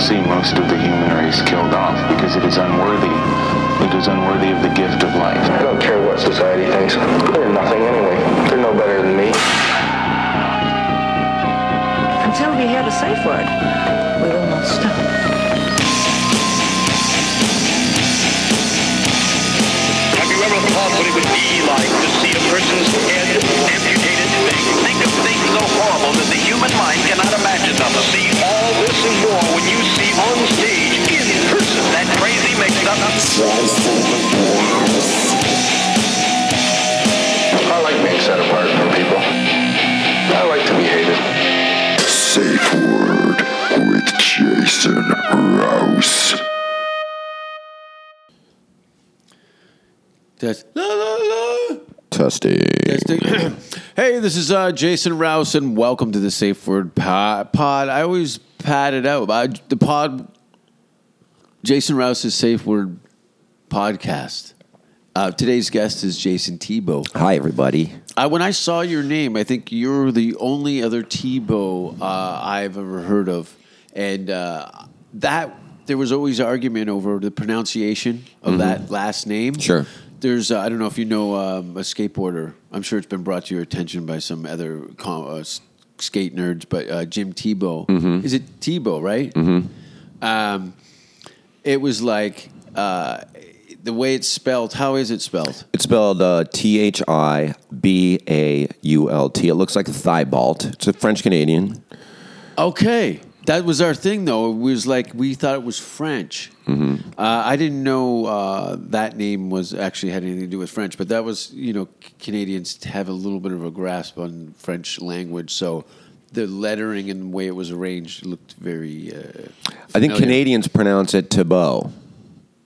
see most of the human race killed off because it is unworthy. It is unworthy of the gift of life. I don't care what society thinks. They're nothing anyway. They're no better than me. Until we hear the safe word, we will not stop. Have you ever thought what it would be like to see a person's head amputated? Think, think of things so horrible that the human mind cannot imagine them. See all this and more when you see on stage, in person, that crazy mix-up. I like being set apart from people. I like to be hated. Safe Word with Jason Rouse. Test. La, la, la. Testing. Testing. hey, this is uh, Jason Rouse, and welcome to the Safe Word po- Pod. I always pad it out. I, the pod, Jason Rouse's Safe Word Podcast. Uh, today's guest is Jason Tebow. Hi, everybody. I, when I saw your name, I think you're the only other Tebow uh, I've ever heard of, and uh, that there was always argument over the pronunciation of that last name. Sure. There's, uh, I don't know if you know um, a skateboarder. I'm sure it's been brought to your attention by some other com- uh, s- skate nerds, but uh, Jim Tebow. Is it Tebow, right? Um, it was like uh, the way it's spelled. How is it spelled? It's spelled uh, T H I B A U L T. It looks like a thigh balt. It's a French Canadian. Okay, that was our thing though. It was like we thought it was French. Mm-hmm. Uh, I didn't know uh, that name was actually had anything to do with French, but that was you know C- Canadians have a little bit of a grasp on French language, so the lettering and the way it was arranged looked very. Uh, I think familiar. Canadians pronounce it Thibault.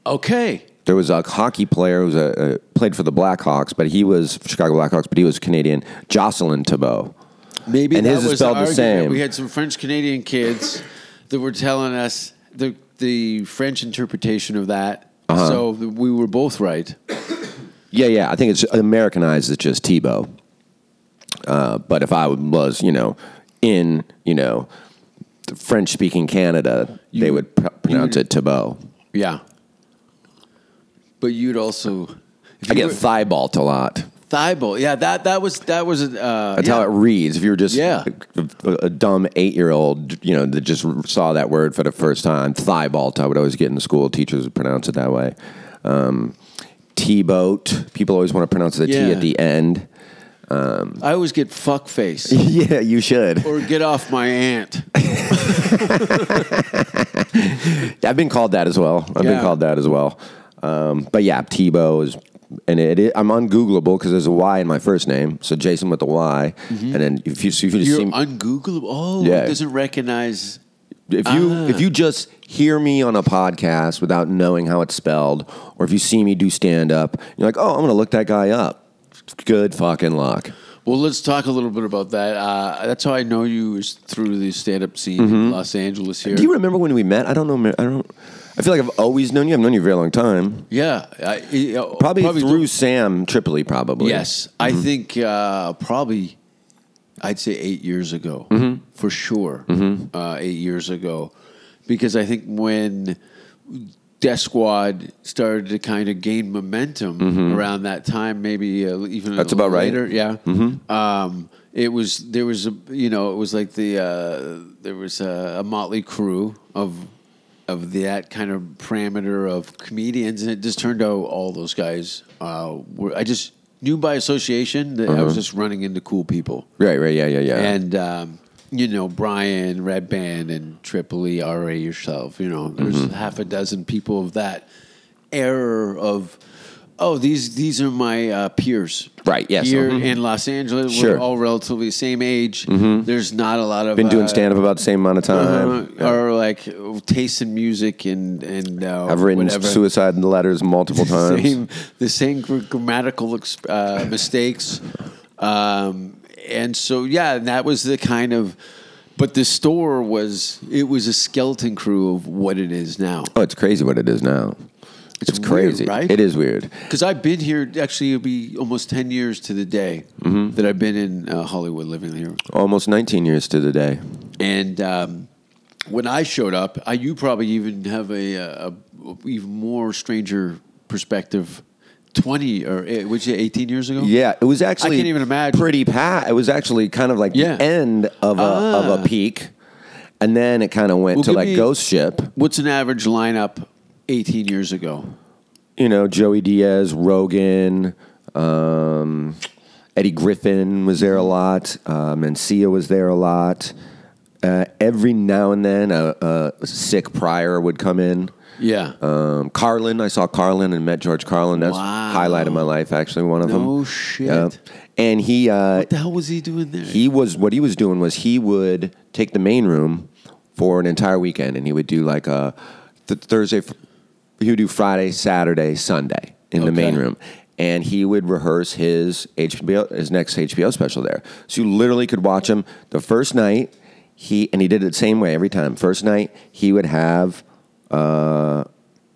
Okay. There was a hockey player who was a, a, played for the Blackhawks, but he was Chicago Blackhawks, but he was Canadian. Jocelyn Thibault. Maybe And that his is was spelled the argument. same. We had some French Canadian kids that were telling us the the French interpretation of that. Uh-huh. So we were both right. Yeah, yeah. I think it's Americanized. It's just Tebow. Uh, but if I was, you know, in you know, French speaking Canada, they would pr- pronounce it Thibault. Yeah. But you'd also if you I get were- thigh balt a lot. thigh ball. Yeah, that that was that was uh That's yeah. how it reads. If you were just Yeah. a, a dumb eight year old, you know, that just saw that word for the first time, thigh balt, I would always get in the school. Teachers would pronounce it that way. Um, T boat. People always want to pronounce the T Yeah. at the end. I always get fuck face yeah, you should. or get off my aunt. I've been called that as well. I've Yeah. been called that as well. Um, but yeah, Tebow is, and it, it, I'm ungoogleable because there's a Y in my first name. So Jason with a Y. and then if you so if you just You're see, ungoogleable. Oh, Yeah. it doesn't recognize if you Ah. if you just hear me on a podcast without knowing how it's spelled, or if you see me do stand up, you're like, oh, I'm gonna look that guy up. Good fucking luck. Well, let's talk a little bit about that. Uh, that's how I know you is through the stand-up scene in Los Angeles here. Mm-hmm. Do you remember when we met? I don't know. I don't. I feel like I've always known you. I've known you a very long time. yeah, I, I- uh, Probably, through through- Sam Tripoli, probably. Yes, I think uh, probably I'd say eight years ago for sure. Uh, eight years ago, because I think when Death Squad started to kind of gain momentum around that time, maybe uh, even a Mm-hmm. That's little about right. Mm-hmm. later, Yeah, um, it was there was a you know it was like the uh, there was a, a motley crew of. Of that kind of parameter of comedians, and it just turned out all those guys uh, were. I just knew by association that I Uh-huh. was just running into cool people. Right. Right. Yeah. Yeah. Yeah. And um, you know, Brian, Red Band, and Triple E, RA yourself. You know, there's Mm-hmm. half a dozen people of that error of. Oh, these these are my uh, peers, Right, yes. Here Mhm. in Los Angeles, we're Sure. Mm-hmm. all relatively the same age. There's not a lot of been doing uh, stand up about the same amount of time. uh, Yeah. or like taste in music and and uh, I've written whatever. suicide letters multiple times. Same, the same gr- grammatical ex- uh, mistakes. Um, and so, yeah, and that was the kind of. But the store was it was a skeleton crew of what it is now. Oh, it's crazy what it is now. It's, weird, crazy. right? It is weird. Because I've been here, actually, it'll be almost ten years to the day Mm-hmm. that I've been in uh, Hollywood living here, Almost 19 years to the day. and um, when I showed up, I, you probably even have a, uh, a, even more stranger perspective. Twenty or eh, what'd you say, eighteen years ago? Yeah, it was actually I can't even imagine. pretty pat. It was actually kind of like Yeah. the end of a of Ah. a peak, and then it kind of went Well, to give like me- Ghost Ship. What's an average lineup eighteen years ago? You know, Joey Diaz, Rogan, um, Eddie Griffin was there a lot. Uh, Mencia was there a lot. Uh, every now and then, a, a sick prior would come in. Yeah. Um, Carlin, I saw Carlin and met George Carlin. That's Wow. highlight of my life, actually, one of them. No shit. And he uh, what the hell was he doing there? he was what he was doing was he would take the main room for an entire weekend and he would do like a th- thursday fr- he would do friday saturday sunday in the main Okay. room and he would rehearse his hbo his next hbo special there so you literally could watch him the first night he and he did it the same way every time first night he would have uh,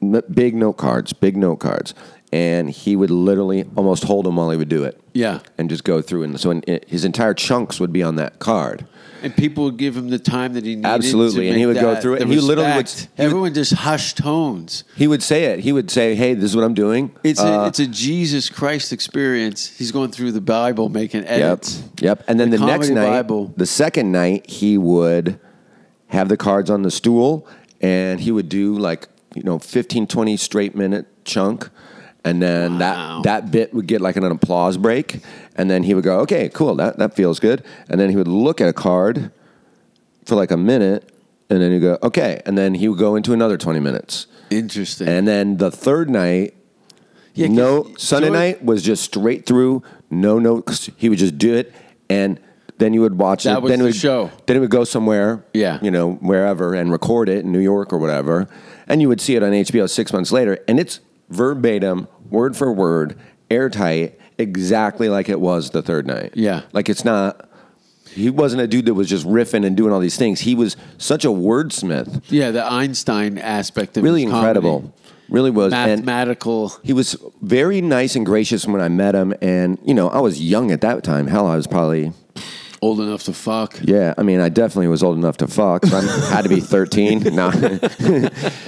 n- big note cards big note cards and he would literally almost hold them while he would do it Yeah. and just go through and so in, in- his entire chunks would be on that card. and people would give him the time that he needed. Absolutely, to and he make would go that- through it, the and he literally would- respect. he would- Everyone just hushed tones. He would say it. He would say, "Hey, this is what I'm doing." It's Uh, a it's a Jesus Christ experience. He's going through the Bible, making yep, edits. yep. And then the, next comedy night, Bible. the second night, he would have the cards on the stool, and he would do like you know 15, 20 straight minute chunk. And then Wow. that, that bit would get like an applause break. And then he would go, okay, cool, that, that feels good. And then he would look at a card for like a minute. And then he'd go, okay. And then he would go into another 20 minutes. Interesting. And then the third night, Yeah, 'cause no Sunday George- night was just straight through, no notes. He would just do it, and then you would watch That it. was then it the would, show. Then it would go somewhere, Yeah. you know, wherever, and record it in New York or whatever, and you would see it on HBO six months later, and it's verbatim, word for word, airtight, exactly like it was the third night. Yeah. like it's not. He wasn't a dude that was just riffing and doing all these things. He was such a wordsmith. Yeah, the Einstein aspect of Really his comedy. incredible. Really was. And- mathematical. he was very nice and gracious when I met him, and you know I was young at that time. Hell, I was probably old enough to fuck. yeah. I mean, I definitely was old enough to fuck. So I had to be thirteen. no,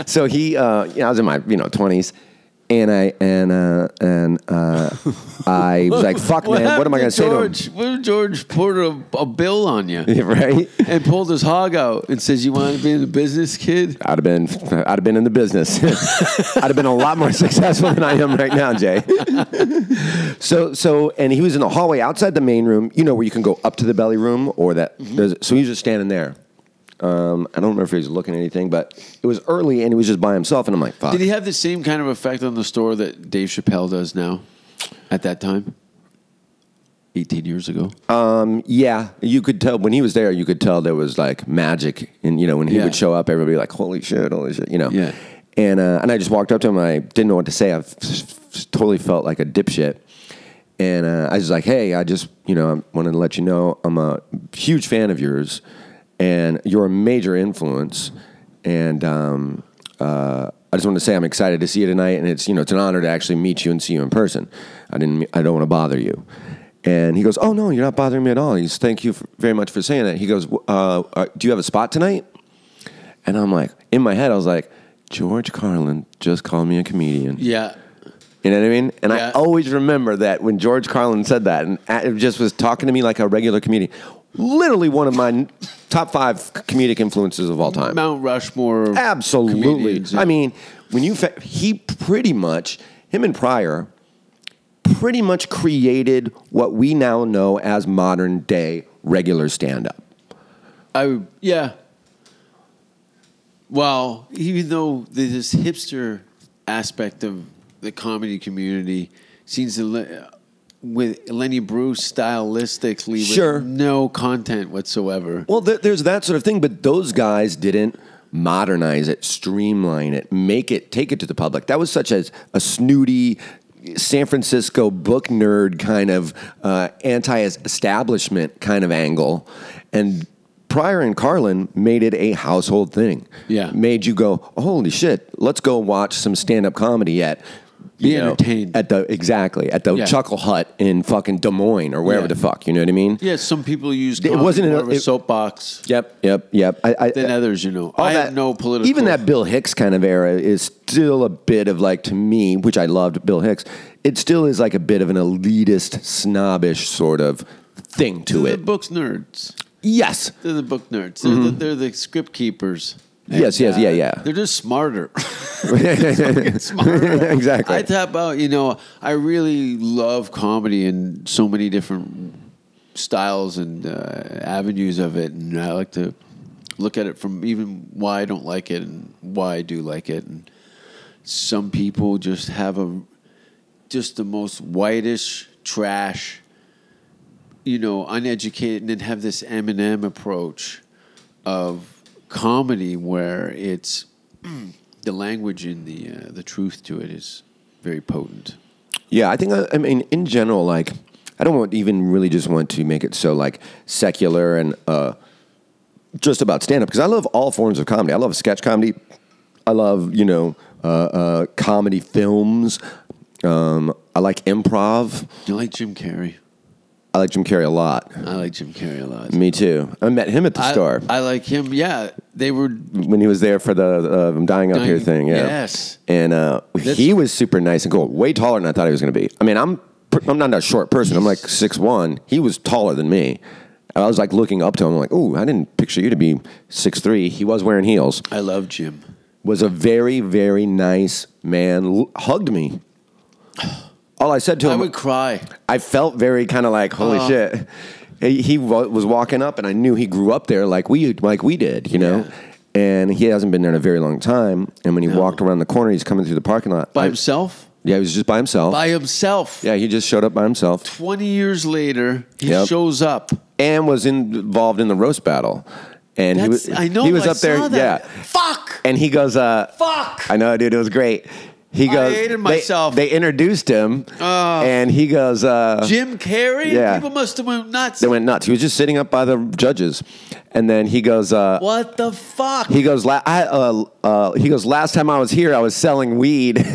so he, uh, you know, I was in my you know twenties, and I and uh, and uh, I was like, "Fuck, man, what am I going to say to him?" George? What if George poured a, a bill on you? Yeah, right? And pulled his hog out and says, "You want to be in the business, kid?" I'd have been, I'd have been in the business. I'd have been a lot more successful than I am right now, Jay. so, so, and he was in the hallway outside the main room, you know, where you can go up to the belly room or that. Mm-hmm. there's So he was just standing there. Um, I don't remember if he was looking at anything, but it was early and he was just by himself. And I'm like, fuck. Did he have the same kind of effect on the store that Dave Chappelle does now? At that time, eighteen years ago. Uh, yeah, you could tell when he was there. You could tell there was like magic, and you know when he Yeah. would show up, everybody like, "Holy shit, holy shit," you know. Yeah. And uh, and I just walked up to him. I didn't know what to say. I f- f- totally felt like a dipshit. And uh, I was like, "Hey, I just you know I wanted to let you know I'm a huge fan of yours, and you're a major influence. And um, uh, I just want to say I'm excited to see you tonight, and it's you know it's an honor to actually meet you and see you in person. I didn't I don't want to bother you." And he goes, "Oh no, you're not bothering me at all." He's, "Thank you for, very much for saying that." He goes, "W- uh, uh, "Do you have a spot tonight?" And I'm like, in my head, I was like, "George Carlin just called me a comedian." yeah. You know what I mean? And Yeah. I always remember that when George Carlin said that, and a- it just was talking to me like a regular comedian. Literally one of my n- top five comedic influences of all time. Mount Rushmore. of Absolutely. comedians, yeah. I mean, when you fa- he pretty much him and Pryor pretty much created what we now know as modern day regular stand up. I would, yeah. Well, even though the, this hipster aspect of the comedy community seems to, le- with Lenny Bruce stylistically, Sure. with no content whatsoever. Well, there, there's that sort of thing, but those guys didn't modernize it, streamline it, make it, take it to the public. That was such a, a snooty San Francisco book nerd kind of uh, anti-establishment kind of angle, and Pryor and Carlin made it a household thing. Yeah. made you go, holy shit, let's go watch some stand-up comedy at. you Be know, entertained. at the exactly at the Yeah. Chuckle Hut in fucking Des Moines or wherever Yeah. the fuck. You know what I mean? Yeah, some people use It comedy wasn't an- more of a it- soapbox Yep, yep, yep. I, I, than others. You know, all I that- have no political. Even that Bill Hicks kind of era is still a bit of like to me, which I loved Bill Hicks. It still is like a bit of an elitist, snobbish sort of thing to They're it. the books nerds. Yes, They're the book nerds. They're, the, they're the script keepers. Yes, yes, yeah, yeah. They're just smarter. smarter. exactly. I tap out. You know, I really love comedy in so many different styles and uh, avenues of it, and I like to look at it from even why I don't like it and why I do like it. And some people just have a just the most whitish trash, you know, uneducated, and then have this Eminem approach of comedy where it's the language and the uh, the truth to it is very potent. Yeah, I think uh, I, I mean in general, like I don't want even really just want to make it so like secular and uh, just about stand up because I love all forms of comedy. I love sketch comedy. I love you know uh, uh, comedy films. Um, I like improv. I like Jim Carrey. I like Jim Carrey a lot. I like Jim Carrey a lot. Me too. I met him at the I, store I like him. Yeah, they were. when he was there for the uh, "I'm Dying Up Here" Dying- thing. Yeah. yes. And uh, he was super nice and cool. Way taller than I thought he was going to be. I mean, I'm pr- I'm not a short person. I'm like six one. He was taller than me. And I was like looking up to him. like, oh, I didn't picture you to be six three. He was wearing heels. I love Jim. Was a very very nice man. L- hugged me. All I said to I him, would cry. I felt very kind of like, holy Oh. shit. He, he wa- was walking up, and I knew he grew up there like we like we did, you know. Yeah. And he hasn't been there in a very long time. And when he walked around the corner, he's coming through the parking lot By I- himself. Yeah, he was just by himself. By himself. yeah, he just showed up by himself Twenty years later, he Yep. shows up. and was in, involved in the roast battle. And he That's, was, I know. he was I up there, saw that. yeah. Fuck. And he goes, uh, Fuck. I know, dude. It was great. He I goes, hated they- myself. They, introduced him, Oh. and he goes, uh, Jim Carrey. Yeah. People must have went nuts. They went nuts. He was just sitting up by the judges, and then he goes, uh, what the fuck? he goes, la- I, uh, uh, he goes. Last time I was here, I was selling weed.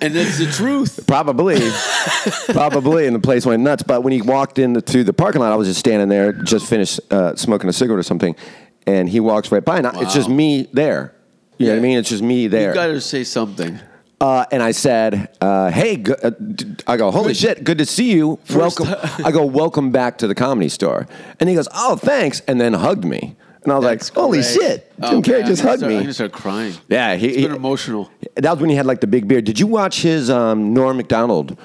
and that's the truth. probably, probably, and the place went nuts. But when he walked in the, through the parking lot, I was just standing there, just finished uh, smoking a cigarette or something, and he walks right by, and I, it's just Wow. me there. You know what Yeah. I mean? It's just me there. You got to say something. Uh, and I said, uh, "Hey, go, uh, d- I go, holy shit, good to see you. Welcome." I go, "Welcome back to the comedy store." And he goes, "Oh, thanks," and then hugged me. And I was That's like, "Holy great. shit, Jim Oh, Carrey man, just I'm gonna hugged start- me." I'm gonna start crying. yeah, he, It's he- been emotional. That was when he had like the big beard. Did you watch his um, Norm Macdonald? uh,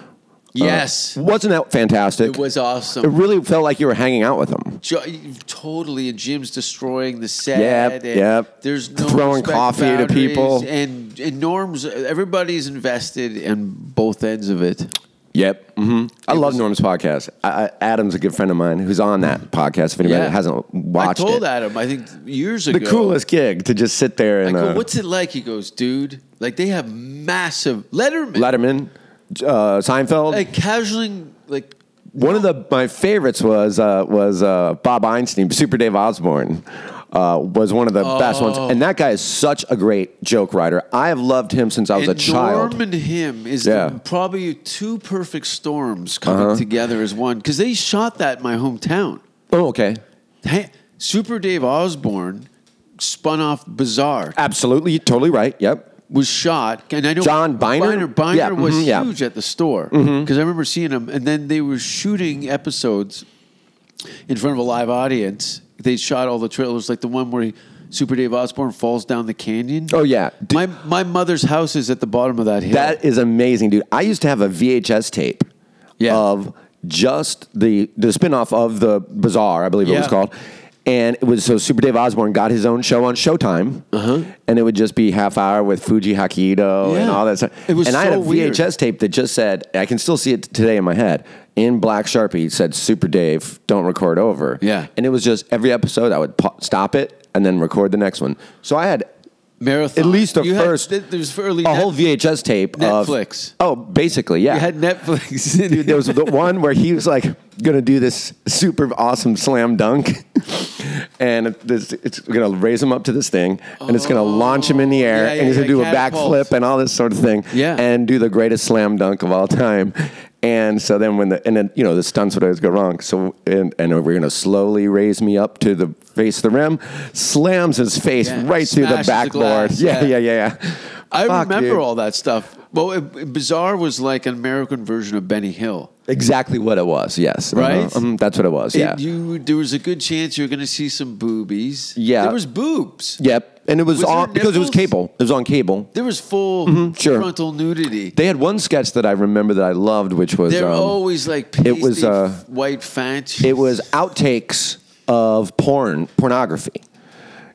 Yes, wasn't that fantastic? it was awesome. It really felt like you were hanging out with him. Jo- totally, and Jim's destroying the set. Yep, and yep. There's no Throwing respect for coffee to boundaries, people. and and norms. Everybody's invested in both ends of it. Yep. hmm I love Norm's podcast. I, I, Adam's a good friend of mine who's on that podcast. If anybody Yeah. hasn't watched I told it, Adam, I think years ago, the coolest gig to just sit there I and go, uh, "What's it like?" He goes, "Dude, like they have massive Letterman, Letterman, uh, Seinfeld. like casualing, like One of the my favorites was uh, was uh, Bob Einstein, Super Dave Osborne. Uh, was one of the best ones, Oh. and that guy is such a great joke writer. I have loved him since I was and a child. Norm and him is Yeah. Uh-huh. the, probably two perfect storms coming together as one because they shot that in my hometown. oh, okay, Hey, Super Dave Osborne spun off Bizarre absolutely, you're totally right. Yep, was shot, and I know John Biner? Biner, Biner Yeah, was mhm, yeah. Mm-hmm. huge at the store because I remember seeing him. And then they were shooting episodes in front of a live audience. They shot all the trailers, like the one where he, Super Dave Osborne falls down the canyon. Oh, yeah. Did- my my mother's house is at the bottom of that hill. that is amazing, dude. I used to have a VHS tape Yeah. of just the the spinoff of the Bazaar, I believe it was Yeah. called. And it was so Super Dave Osborne got his own show on Showtime, and it would just be half hour with Fuji Hakido and Uh-huh. Yeah. all that stuff. It was and I had a so weird. VHS tape that just said, I can still see it today in my head, in black sharpie it said Super Dave, don't record over. Yeah. and it was just every episode I would pa- stop it and then record the next one. So I had marathon. At least the Oh, you first- Had, there was early a net- whole VHS tape Netflix. of Oh, basically, yeah. You had Netflix. In Dude, there was the one where he was like gonna do this super awesome slam dunk, and it- this, it's gonna raise him up to this thing, and it's gonna launch him in the Oh, air, Yeah, yeah, and he's gonna yeah, do a catapult. backflip and all this sort of thing, Yeah. and do the greatest slam dunk of all time. And so then when the and then you know the stunts would always go wrong. So and, and we're gonna slowly raise me up to the face of the rim, slams his face Yeah, right through the smashes the backboard. glass, yeah, yeah. yeah, yeah, yeah. I Fuck, remember dude. all that stuff. Well, it, it- Bizarre was like an American version of Benny Hill. exactly what it was. Yes, Right? Uh-huh. Mhm, that's what it was. It- Yeah. you there was a good chance you were going to see some boobies. Yeah. there was boobs. Yep. And it was, Was there on because it was nipples? cable. It was on cable. There was full Mm-hmm. sure. frontal nudity. They had one sketch that I remember that I loved, which was They're um, always like pasty, it was, uh, white fanch. it was outtakes of porn pornography.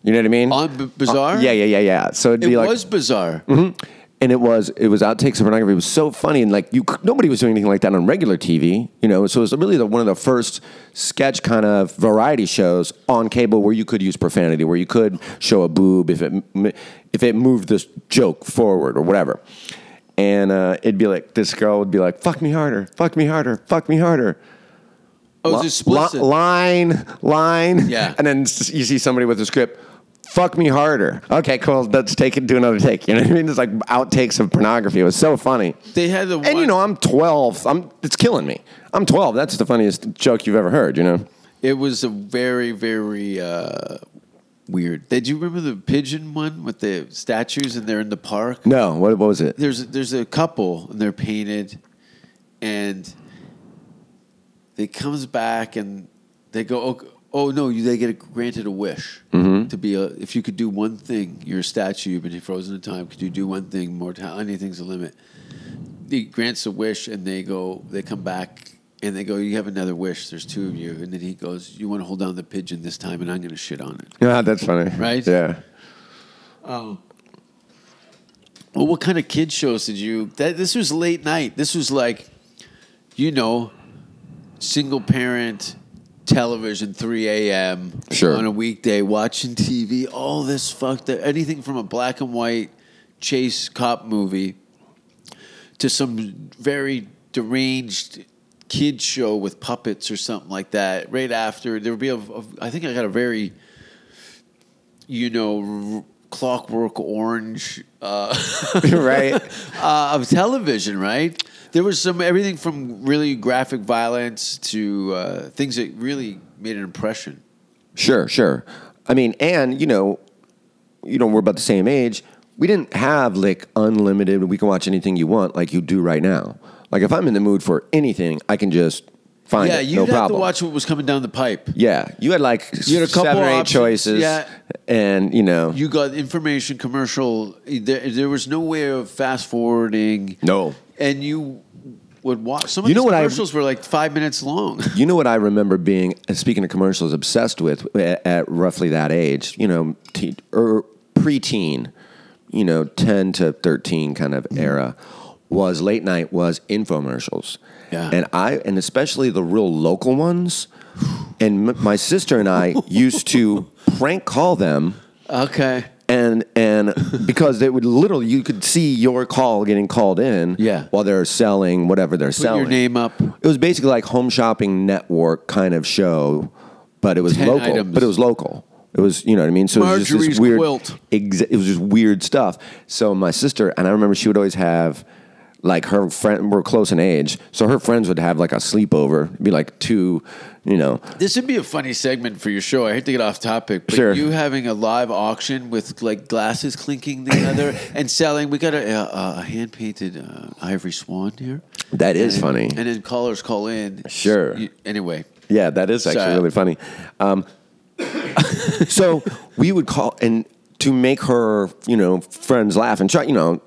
You know what I mean? On B- Bizarre? Uh, yeah, yeah, yeah, yeah. So it'd It be like, Mm-hmm. was bizarre. and it was it was outtakes of pornography. It was so funny, and like you, c- nobody was doing anything like that on regular TV. You know, so it was really the, one of the first sketch kind of variety shows on cable where you could use profanity, where you could show a boob if it m- if it moved this joke forward or whatever. And uh, it'd be like this girl would be like, "Fuck me harder, fuck me harder, fuck me harder." Oh, it Li- was explicit. Uh, li- line, line. Yeah. And then s- you see somebody with a script. Fuck me harder. Okay, cool. Let's take it. Do another take. You know what I mean? It's like outtakes of pornography. It was so funny. They had the and you one- know, I'm 12. I'm. It's killing me. I'm 12. That's the funniest joke you've ever heard. You know. It was a very, very uh, weird. Did you remember the pigeon one with the statues and they're in the park? No. What, what was it? There's there's a couple and they're painted, and they comes back and they go, oh, oh no, you they get granted a wish to be a. If you could do one thing, you're a statue. You've been frozen in time. Could you do one thing? Mortality, anything's a limit. He grants a wish, and they go. They come back. And they go, you have another wish. There's two of you, and then he goes, you want to hold down the pigeon this time, and I'm going to shit on it. Yeah, that's funny. Right? Yeah. Um, Well, what kind of kid shows did you? That this was late night. This was like, you know, single parent television, three a.m. Sure. on a weekday, watching TV. All this fucked up. Anything from a black and white chase cop movie to some very deranged kid show with puppets or something like that. Right after there would be a, a I think I got a very you know r- clockwork orange uh, right. uh, of television, right? There was some everything from really graphic violence to uh, things that really made an impression. Sure, sure. I mean, and you know, you know, we're about the same age. We didn't have like unlimited. We can watch anything you want, like you do right now. Like if I'm in the mood for anything, I can just find yeah, it. you'd no have problem. to watch what was coming down the pipe. yeah, you had like You had a couple seven or eight options, choices. yeah. and you know, You got information commercial. There, there was no way of fast forwarding. No. and you would watch. Some of You know these what I- commercials were like five minutes long. You know what I remember being, uh, speaking of commercials, obsessed with at, at roughly that age, you know, teen, or preteen, you know, 10 to 13 kind of era, was late night was infomercials. Yeah. And I, and especially the real local ones. And m- my sister and I used to prank call them Okay. and and because they would literally you could see your call getting called in Yeah. while they're selling whatever they're your selling name up. it was basically like home shopping network kind of show but it was Ten local items. but it was local it was you know what i mean so it was just this Marjorie's weird quilt. exa- it was just weird stuff so my sister and i remember she would always have like her friend we're close in age so her friends would have like a sleepover It'd be like two you know This would be a funny segment for your show. I hate to get off topic, but Sure. you having a live auction with like glasses clinking together and selling. We got a, uh, a hand painted uh, ivory swan here. that is funny And then callers call in. Sure. You- anyway, Yeah, that is actually So- really funny. Um, so we would call and to make her, you know, friends laugh and try, you know,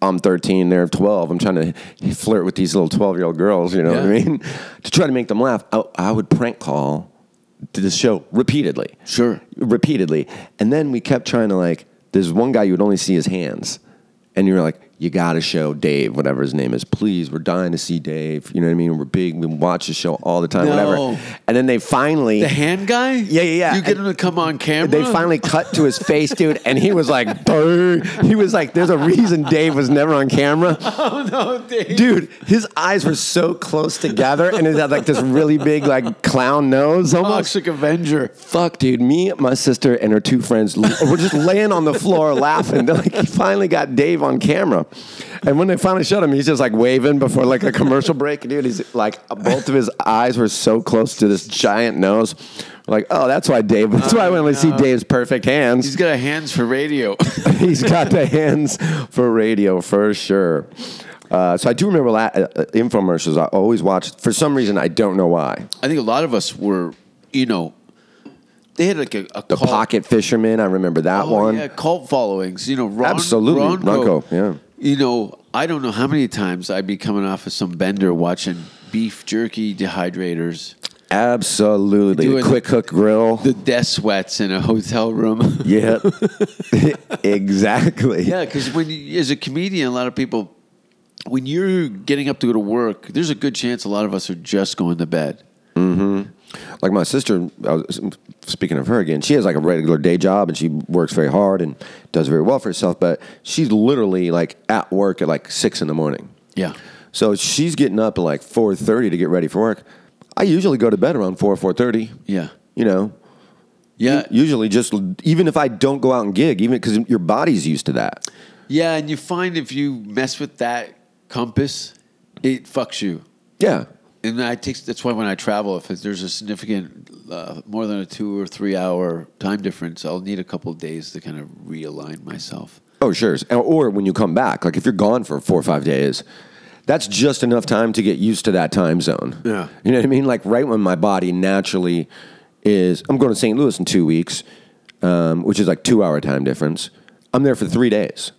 I'm 13, they're 12. I'm trying to flirt with these little 12 year old girls, you know what I Yeah. mean? to try to make them laugh, I, I would prank call to the show repeatedly. Sure. Repeatedly. And then we kept trying to like, there's one guy you would only see his hands. And you're like, you got to show Dave, whatever his name is. Please, we're dying to see Dave. You know what I mean? We're big. We watch the show all the time, No. whatever. And then they finally. The hand guy? Yeah, yeah, yeah. You get And- him to come on camera. They finally cut to his face, dude, and he was like, "Burr." He was like, "There's a reason Dave was never on camera." Oh no, Dave. Dude, his eyes were so close together, and he had like this really big, like clown nose Oh, almost. Toxic Avenger. Fuck, dude. Me, my sister, and her two friends l- were just laying on the floor laughing. They're like, he finally got Dave on camera. And when they finally showed him, he's just like waving before like a commercial break. Dude, he's like, both of his eyes were so close to this giant nose. Like, oh, that's why Dave, that's why I want to see Dave's perfect hands. Oh, He's got hands for radio. He's got the hands for radio for sure. Uh, so I do remember la- uh, uh, infomercials. I always watched. For some reason, I don't know why. I think a lot of us were, you know, they had like a, a The cult- Pocket Fisherman. I remember that Oh, one. yeah, cult followings. You know, Ron, Absolutely, Ronco, Ronco, yeah. You know, I don't know how many times I'd be coming off of some bender watching beef jerky dehydrators, Absolutely. The Doing- Quick Hook Grill. the death sweats in a hotel room. yeah. exactly. yeah, because when you, as a comedian, a lot of people, when you're getting up to go to work, there's a good chance a lot of us are just going to bed. like my sister I was, speaking of her again she has like a regular day job and she works very hard and does very well for herself but she's literally like at work at like six in the morning Yeah. so she's getting up at like 4.30 to get ready for work i usually go to bed around 4 4.30 Yeah. you know Yeah. usually just even if i don't go out and gig even because your body's used to that Yeah, and you find if you mess with that compass, it fucks you. yeah And I take, that's why when I travel, if there's a significant, uh, more than a two or three hour time difference, I'll need a couple of days to kind of realign myself. Oh, sure. Or- Or when you come back, like if you're gone for four or five days, that's just enough time to get used to that time zone. Yeah. You know what I mean? Like right when my body naturally is, I'm going to St. Louis in two weeks, um, which is like two hour time difference. I'm there for three days.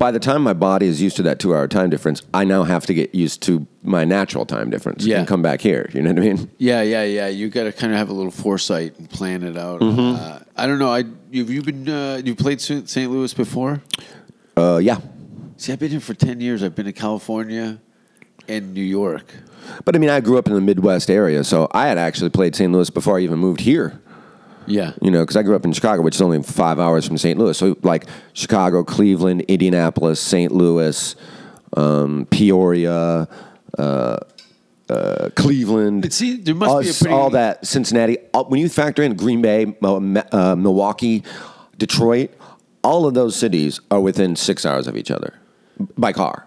By the time my body is used to that two hour time difference, I now have to get used to my natural time difference Yeah. and come back here. You know what I mean? Yeah, yeah, yeah. You got to kind of have a little foresight and plan it out. Uh, I don't know. I have you been uh, you played St. St. Louis before? Uh, yeah. See, I've been here for ten years. I've been to California and New York. But I mean, I grew up in the Midwest area, so I had actually played St. Louis before I even moved here. Yeah, you know, because I grew up in Chicago, which is only five hours from St. Louis. So, like Chicago, Cleveland, Indianapolis, St. Louis, um, Peoria, uh, uh, Cleveland. But see, there must all, be a pretty- all that Cincinnati. all- when you factor in Green Bay, Mo- Ma- uh, Milwaukee, Detroit, all of those cities are within six hours of each other by car.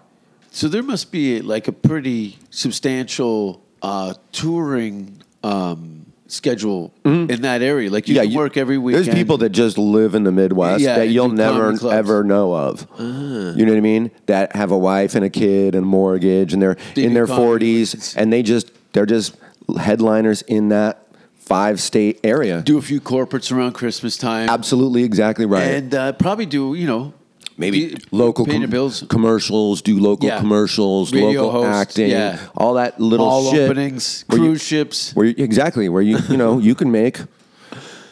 So there must be like a pretty substantial uh, touring um, schedule in that area. Like you can Mm-hmm. you- work every weekend. There's people that just live in the Midwest Yeah, that and you'll do never comedy clubs. ever know of. Ah. You know what I mean? That have a wife and a kid and a mortgage and they're They in do their comedy forties weekends. and they just they're just headliners in that five state area. do a few corporates around Christmas time, Absolutely, exactly right. and uh, probably do you know Maybe be- local pay your com- bills. commercials, do local Yeah. commercials, Radio local hosts, acting, yeah. all that little all shit. openings, where you- cruise ships. Where you, exactly where you you know you can make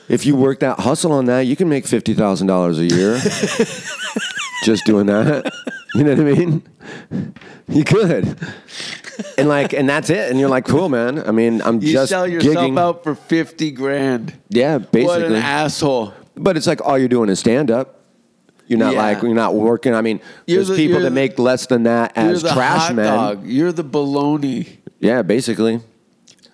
if you work that hustle on that you can make fifty thousand dollars a year just doing that. You know what I mean? You could, and like and that's it. And you're like, cool, man. I mean, I'm You just sell yourself gigging. out for fifty grand. Yeah, What an basically. asshole! But it's like all you're doing is stand up. You're not Yeah. like you're not working. I mean, You're there's the- people you're that the- make less than that You're as the trash hot men. dog. You're the baloney. Yeah, basically.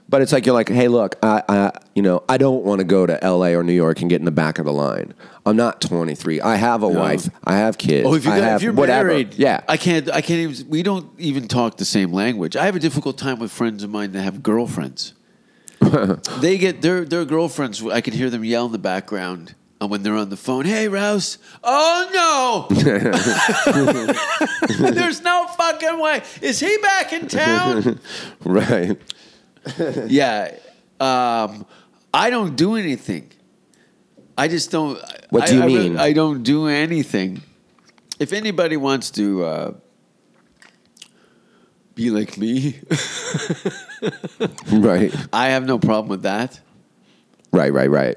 But it's like you're like, hey, look, I, I you know, I don't want to go to L.A. or New York and get in the back of the line. I'm not 23. I have a wife. I have kids. Oh, if, you I got, have if you're whatever. married, yeah, I can't. I can't even. We don't even talk the same language. I have a difficult time with friends of mine that have girlfriends. they get their their girlfriends. I can hear them yell in the background uh, when they're on the phone. Hey, Rouse. Oh no. There's no fucking way. Is he back in town? right. yeah. Um, I don't do anything. I just don't. What I- do you I really- mean? I don't do anything. If anybody wants to uh, be like me, Right, I have no problem with that. right, right, right.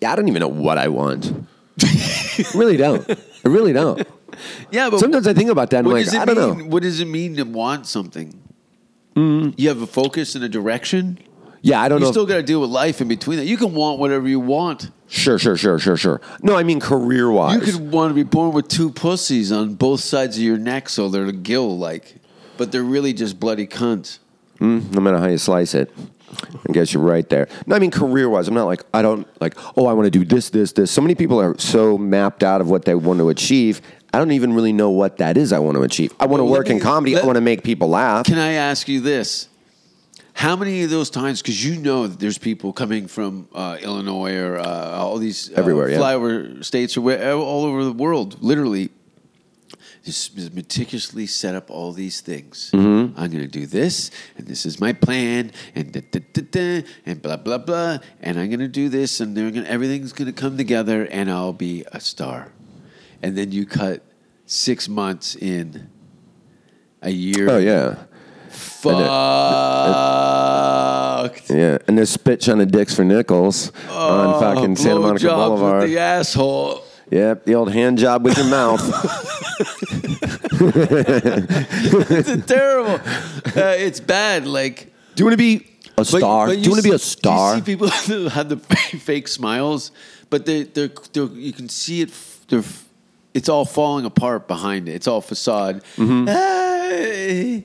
Yeah, I don't even know what I want. really don't. I really don't. Yeah, but Sometimes I think about that. And I'm what like, does it I mean? don't know. What does it mean to want something? You have a focus and a direction. Yeah, I don't You know. if- still got to deal with life in between that. You can want whatever you want. sure, sure, sure, sure, sure. No, I mean career You wise. could want to be born with two pussies on both sides of your neck, so they're gill like, but they're really just bloody cunts. no matter how you slice it. I guess you're right there. No, I mean career wise. I'm not like I don't like. Oh, I want to do this, this, this. So many people are so mapped out of what they want to achieve. I don't even really know what that is. I want to achieve. I want to Well, let work in me- comedy. I let- want to make people laugh. Can I ask you this? How many of those times, because you know that there's people coming from uh, Illinois or uh, all these uh, Everywhere, yeah. flyover states or where, all over the world, literally, just meticulously set up all these things. Mm-hmm. I'm going to do this, and this is my plan, and da, da, da, da, and blah blah blah, and I'm going to do this, and they're gonna, everything's going to come together, and I'll be a star. And then you cut six months in, a year. oh yeah, Fucked. yeah. And there's spit on the dicks for nickels on fucking Santa Monica Oh, Blowjobs Boulevard. with the asshole. yep, the old hand job with your mouth. It's terrible. Uh, it's bad. Like Do you want to be a but- star? but Do you want to see- be a star? You see people that have the fake smiles, but they they're, they're you can see it. f- They're f- it's all falling apart behind it. It's all facade. Mm-hmm. Hey.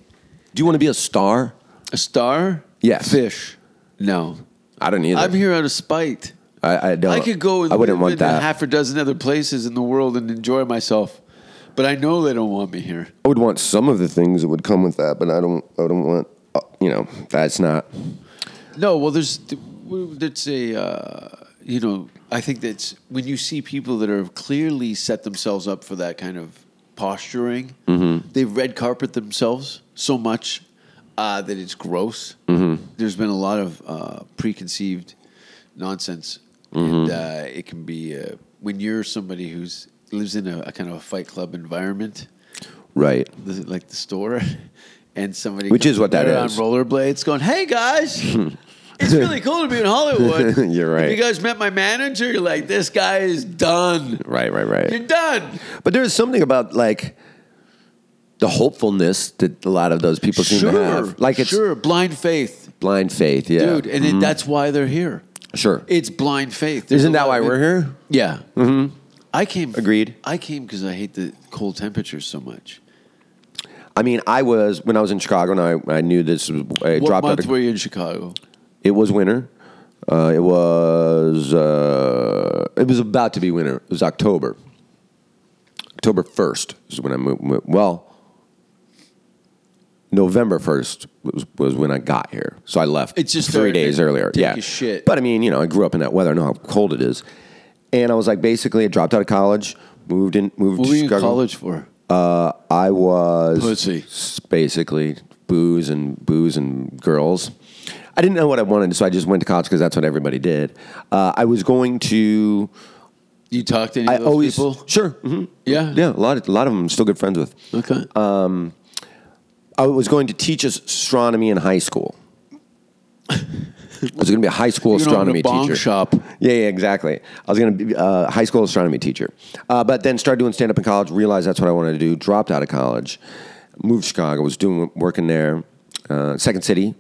Do you want to be a star? a star? Yes. Fish. No. I don't either. I'm here out of spite. I, I don't. I could go and I wouldn't live want in that. half a dozen other places in the world and enjoy myself, but I know they don't want me here. I would want some of the things that would come with that, but I don't. I don't want. uh, You know, that's not. No, well, there's that's a uh, you know I think that's when you see people that have clearly set themselves up for that kind of posturing, Mm-hmm. they red carpet themselves so much uh, that it's gross. Mm-hmm. There's been a lot of uh, preconceived nonsense, Mm-hmm. and uh, it can be uh, when you're somebody who's lives in a, a kind of a fight club environment. Right. the, like the store, and somebody Which comes is what that there on is. rollerblades, going, "Hey guys, it's really cool to be in Hollywood." You're right. If you guys met my manager, you're like, "This guy is done. Right. Right. You're Right. done." But there's something about like the hopefulness that a lot of those people seem to have. Like it's sure, blind faith, blind faith. Yeah. dude, and it, that's why they're here. sure. It's blind faith. There's Isn't a that lot why of it- we're here? Yeah. Mm-hmm. I came. Agreed. I came because I hate the cold temperatures so much. I mean, I was when I was in Chicago, and I, I knew this. Was, I what dropped out. month Of, were you in Chicago? it was winter. Uh, it was. Uh, it was about to be winter. It was October. October first is when I moved. Well, November first was, was when I got here, so I left. It's just three started to days earlier. take yeah, a shit. But I mean, you know, I grew up in that weather. I know how cold it is, and I was like, basically, I dropped out of college, moved in, moved What to were you in Chicago. college for? Uh, I was Pussy. s- basically booze and booze and girls. I didn't know what I wanted, so I just went to college because that's what everybody did. Uh, I was going to. You talked to any I of those always people? sure. hmm Yeah. yeah. A lot, of, a lot of them I'm still good friends with. Okay. I was going to teach as- astronomy in high school. I was going to be a high school You're gonna open a astronomy bong teacher. shop. Yeah, yeah, exactly. I was going to be a uh, high school astronomy teacher, uh, but then started doing stand up in college. Realized that's what I wanted to do. Dropped out of college, moved to Chicago. Was doing working there, uh, Second City,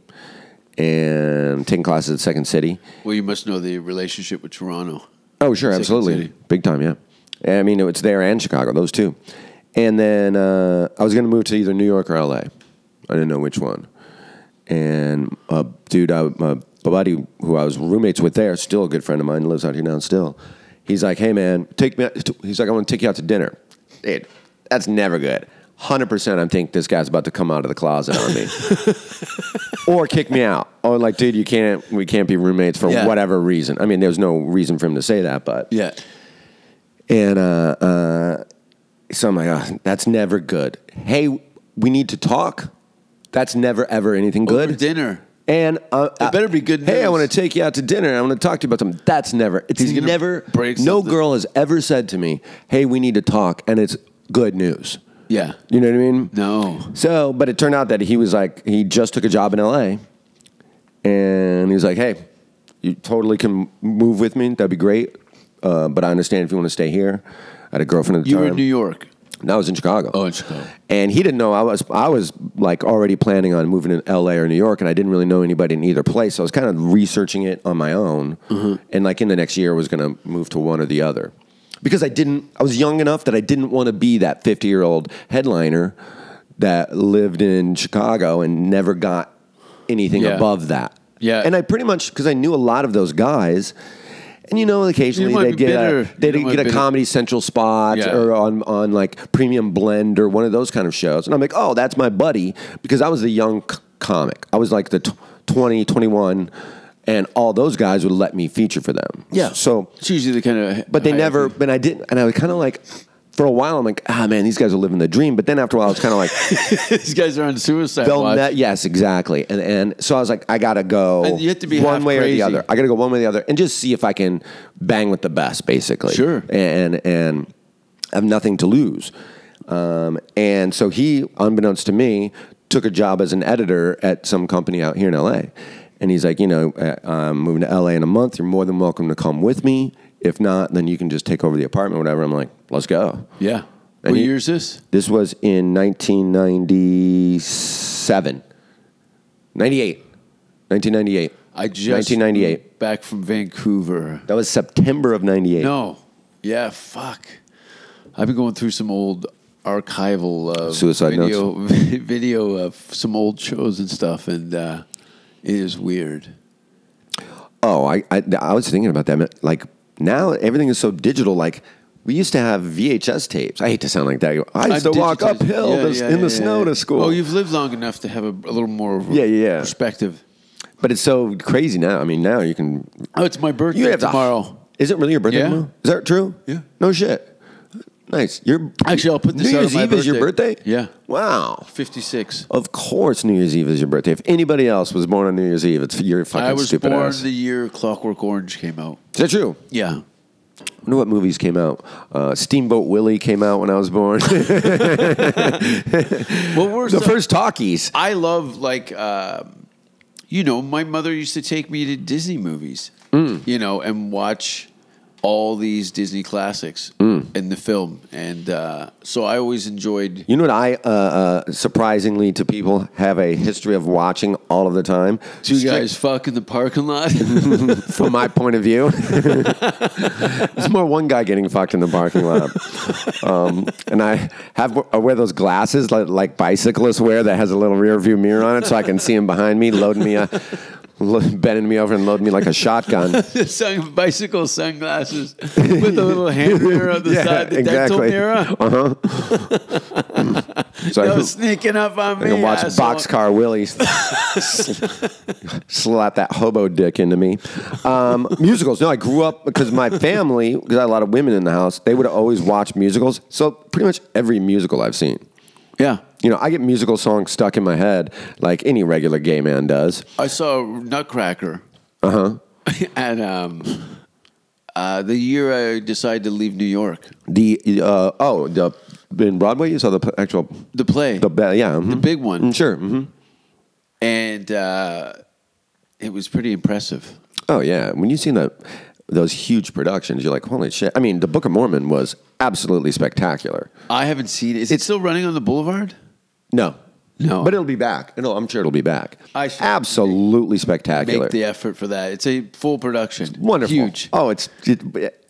and taking classes at Second City. Well, you must know the relationship with Toronto. Oh, sure, Second absolutely. City. Big time, yeah. And, I mean, it's there and Chicago, those two. And then uh, I was going to move to either New York or LA. I didn't know which one. And uh, dude, I, my buddy who I was roommates with there, still a good friend of mine, lives out here now still. He's like, hey, man, take me. out- He's like, I want to take you out to dinner. Dude, that's never good. 100% I think this guy's about to come out of the closet on me. or kick me out. Or like, dude, you can't, we can't be roommates for Yeah. whatever reason. I mean, there was no reason for him to say that, but Yeah. and uh, uh, so I'm like, oh, that's never good. Hey, we need to talk. That's never ever anything Over good. dinner. And uh, It better be good Hey, I news. want to take you out to dinner. I want to talk to you about something. That's never. It's He's gonna never. break no something. girl has ever said to me, "Hey, we need to talk," and it's good news. Yeah. You know what I mean? No. So, but it turned out that he was like, he just took a job in LA and he was like, hey, you totally can move with me. That'd be great. uh, but I understand if you want to stay here. I had a girlfriend at the You time. were in New York. No, I was in Chicago. Oh, in Chicago. And he didn't know I was. I was like already planning on moving to L.A. or New York, and I didn't really know anybody in either place. So I was kind of researching it on my own, Mm-hmm. and like in the next year, I was going to move to one or the other because I didn't. I was young enough that I didn't want to be that fifty-year-old headliner that lived in Chicago and never got anything Yeah. above that. Yeah. and I pretty much because I knew a lot of those guys. And you know, occasionally wanna they'd be get bitter. a, they'd You don't wanna get a be bitter. Comedy Central spot Yeah. or on on like Premium Blend or one of those kind of shows. And I'm like, oh, that's my buddy because I was the young c- comic. I was like the t- 20, 21, and all those guys would let me feature for them. So, it's usually the kind of. but they never, but I didn't, and I was kind of like, for a while, I'm like, ah, man, these guys are living the dream. But then after a while, I was kind of like, These guys are on suicide they'll watch. ne- yes, exactly. And and so I was like, I gotta go And you have to be one half way or the crazy. other. I gotta go one way or the other, and just see if I can bang with the best, basically. Sure. And and I have nothing to lose. Um, and so he, unbeknownst to me, took a job as an editor at some company out here in LA. And he's like, you know, uh, I'm moving to LA in a month. You're more than welcome to come with me. If not, then you can just take over the apartment, whatever. I'm like, let's go. Yeah. And what you- year is this? This was in 1997. 98. 1998. I just 1998. moved back from Vancouver. That was September of 98. No, yeah, fuck. I've been going through some old archival uh, Suicide video, video of some old shows and stuff, and uh, it is weird. Oh, I, I, I was thinking about that. Like, now everything is so digital. Like, we used to have VHS tapes. I hate to sound like that. I used I've to walk digitized- uphill Yeah, this- yeah, in the yeah, snow yeah. to school. Oh, you've lived long enough to have a, a little more of a Yeah, yeah, yeah. perspective. but it's so crazy now. I mean, now you can. Oh, it's my birthday You have to- tomorrow. is it really your birthday Yeah. tomorrow? Is that true? Yeah. No shit. Nice. Your Actually, I'll put this New out on Year's my Eve is your birthday. birthday. Yeah. Wow. Fifty-six. Of course, New Year's Eve is your birthday. If anybody else was born on New Year's Eve, it's you're fucking I was stupid born ass. the year Clockwork Orange came out. is that true? Yeah. I wonder what movies came out. Uh, Steamboat Willie came out when I was born. the What were some- first talkies. I love like um you know, my mother used to take me to Disney movies, Mm. you know, and watch all these Disney classics Mm. in the film, and uh, so I always enjoyed. You know what I, uh, uh, surprisingly to people, have a history of watching all of the time? Two Strict- guys fuck in the parking lot. from my point of view. it's more one guy getting fucked in the parking lot. Um, and I have I wear those glasses like, like bicyclists wear that has a little rear view mirror on it, so I can see him behind me, loading me up. lo- Bending me over and loading me like a shotgun. Sun- bicycle sunglasses with a little hand mirror on the Yeah, side, the exactly. dental mirror. So I That can, was sneaking up on I me. can watch asshole. Boxcar Willie s- slap that hobo dick into me. Um, musicals. No, I grew up because my family, because I had a lot of women in the house, they would always watch musicals. So pretty much every musical I've seen. Yeah. You know, I get musical songs stuck in my head like any regular gay man does. I saw Nutcracker. Uh-huh. Uh huh. and um, uh, the year I decided to leave New York, The uh, oh, the in Broadway you saw the p- actual the play, the ba- yeah mhm. the big one, Mm, sure hmm and uh, it was pretty impressive. oh yeah when you see the those huge productions you're like holy shit I mean the Book of Mormon was absolutely spectacular I haven't seen it. Is it still running on the Boulevard? no No. but it'll be back no I'm sure it'll be back I should- absolutely Make spectacular the effort for that. It's a full production. wonderful Huge. oh it's it,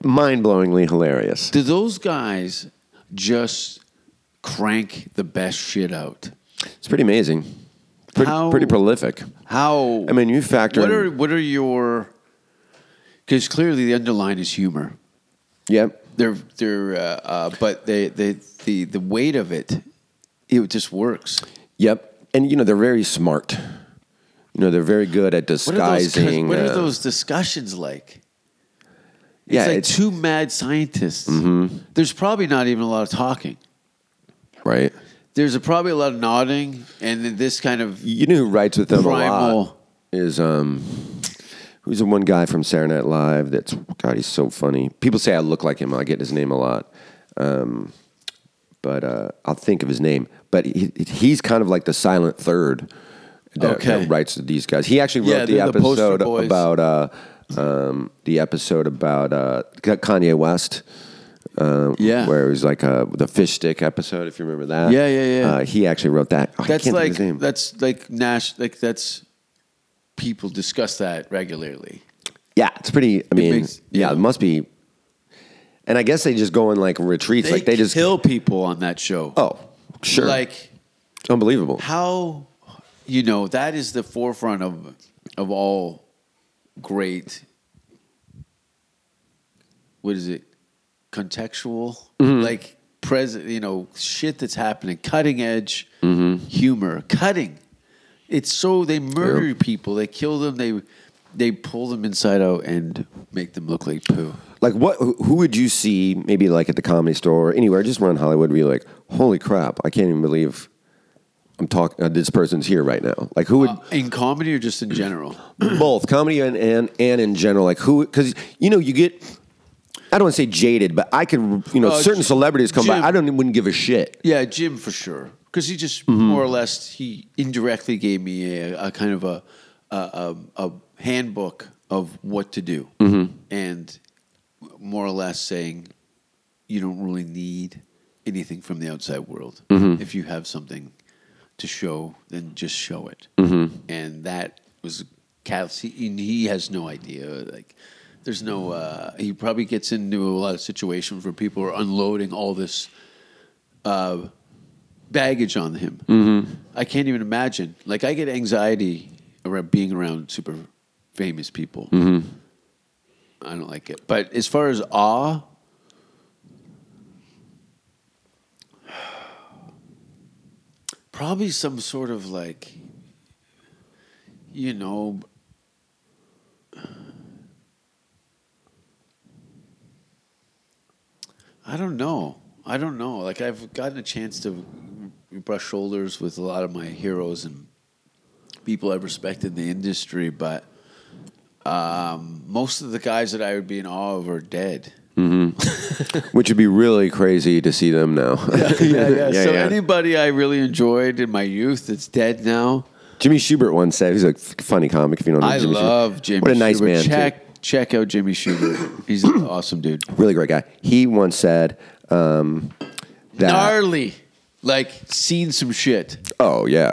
mind blowingly hilarious Do those guys just crank the best shit out? it's pretty amazing pretty, How- pretty prolific How? I mean, you factor What in- are what are your? Because clearly the underline is humor. yep. They're they're uh, uh, but they, they the the weight of it, it just works. Yep. And you know they're very smart. You know they're very good at What are those, cus- disguising. what are uh, those discussions like? It's Yeah, like it's- two mad scientists. There's probably not even a lot of talking. right? There's a, probably a lot of nodding and then this kind of You know who writes with them a lot Primal. is um, who's the one guy from Saturday Night Live? That's God, he's so funny. People say I look like him. I get his name a lot, um, but uh, I'll think of his name. But he, he's kind of like the silent third that, Okay. that writes to these guys. He actually Yeah, wrote the they're the poster episode boys. about uh, um, the episode about uh, Kanye West. Uh, Yeah. where it was like uh the fish stick episode, if you remember that. Yeah, yeah, yeah. Uh, he actually wrote that. Oh, I that's can't think of like his name. that's like Nash. Like that's people discuss that regularly. Yeah, it's pretty. I mean, makes- yeah, yeah. it must be. And I guess they just go in like retreats, like they just kill people on that show. Oh, sure, Like unbelievable. how you know that is the forefront of of all great. What is it? Contextual, like present. You know, shit that's happening. Cutting edge humor. Cutting. It's so they murder Yeah. people. They kill them. They they pull them inside out and make them look like poo. Like what? Who who would you see? Maybe like at the comedy store or anywhere, just around Hollywood. Be like, holy crap! I can't even believe I'm talking. Uh, this person's here right now. Like who would? In comedy or just in general? both comedy and, and and in general like who because you know you get i don't want to say jaded but i could you know Uh, certain celebrities come Jim- by i don't wouldn't give a shit Yeah, Jim for sure. Because he just more or less he indirectly gave me a, a kind of a a, a a handbook of what to do, and more or less saying you don't really need anything from the outside world. If you have something to show, then just show it. And that was Cats. He, and he has no idea. Like, there's no. Uh, he probably gets into a lot of situations where people are unloading all this uh, baggage on him. I can't even imagine. Like, I get anxiety around being around super famous people. I don't like it. But as far as awe, probably some sort of like, you know, I don't know. I don't know. Like I've gotten a chance to brush shoulders with a lot of my heroes and people I've respected in the industry, but um, most of the guys that I would be in awe of are dead. which would be really crazy to see them now so yeah. anybody I really enjoyed in my youth that's dead now, jimmy schubert once said he's a f- funny comic if you don't know I jimmy love schubert. Jimmy. what a nice Schubert. man too. Check check out Jimmy Schubert. He's an awesome dude. really great guy he once said um that Gnarly, like seen some shit. oh yeah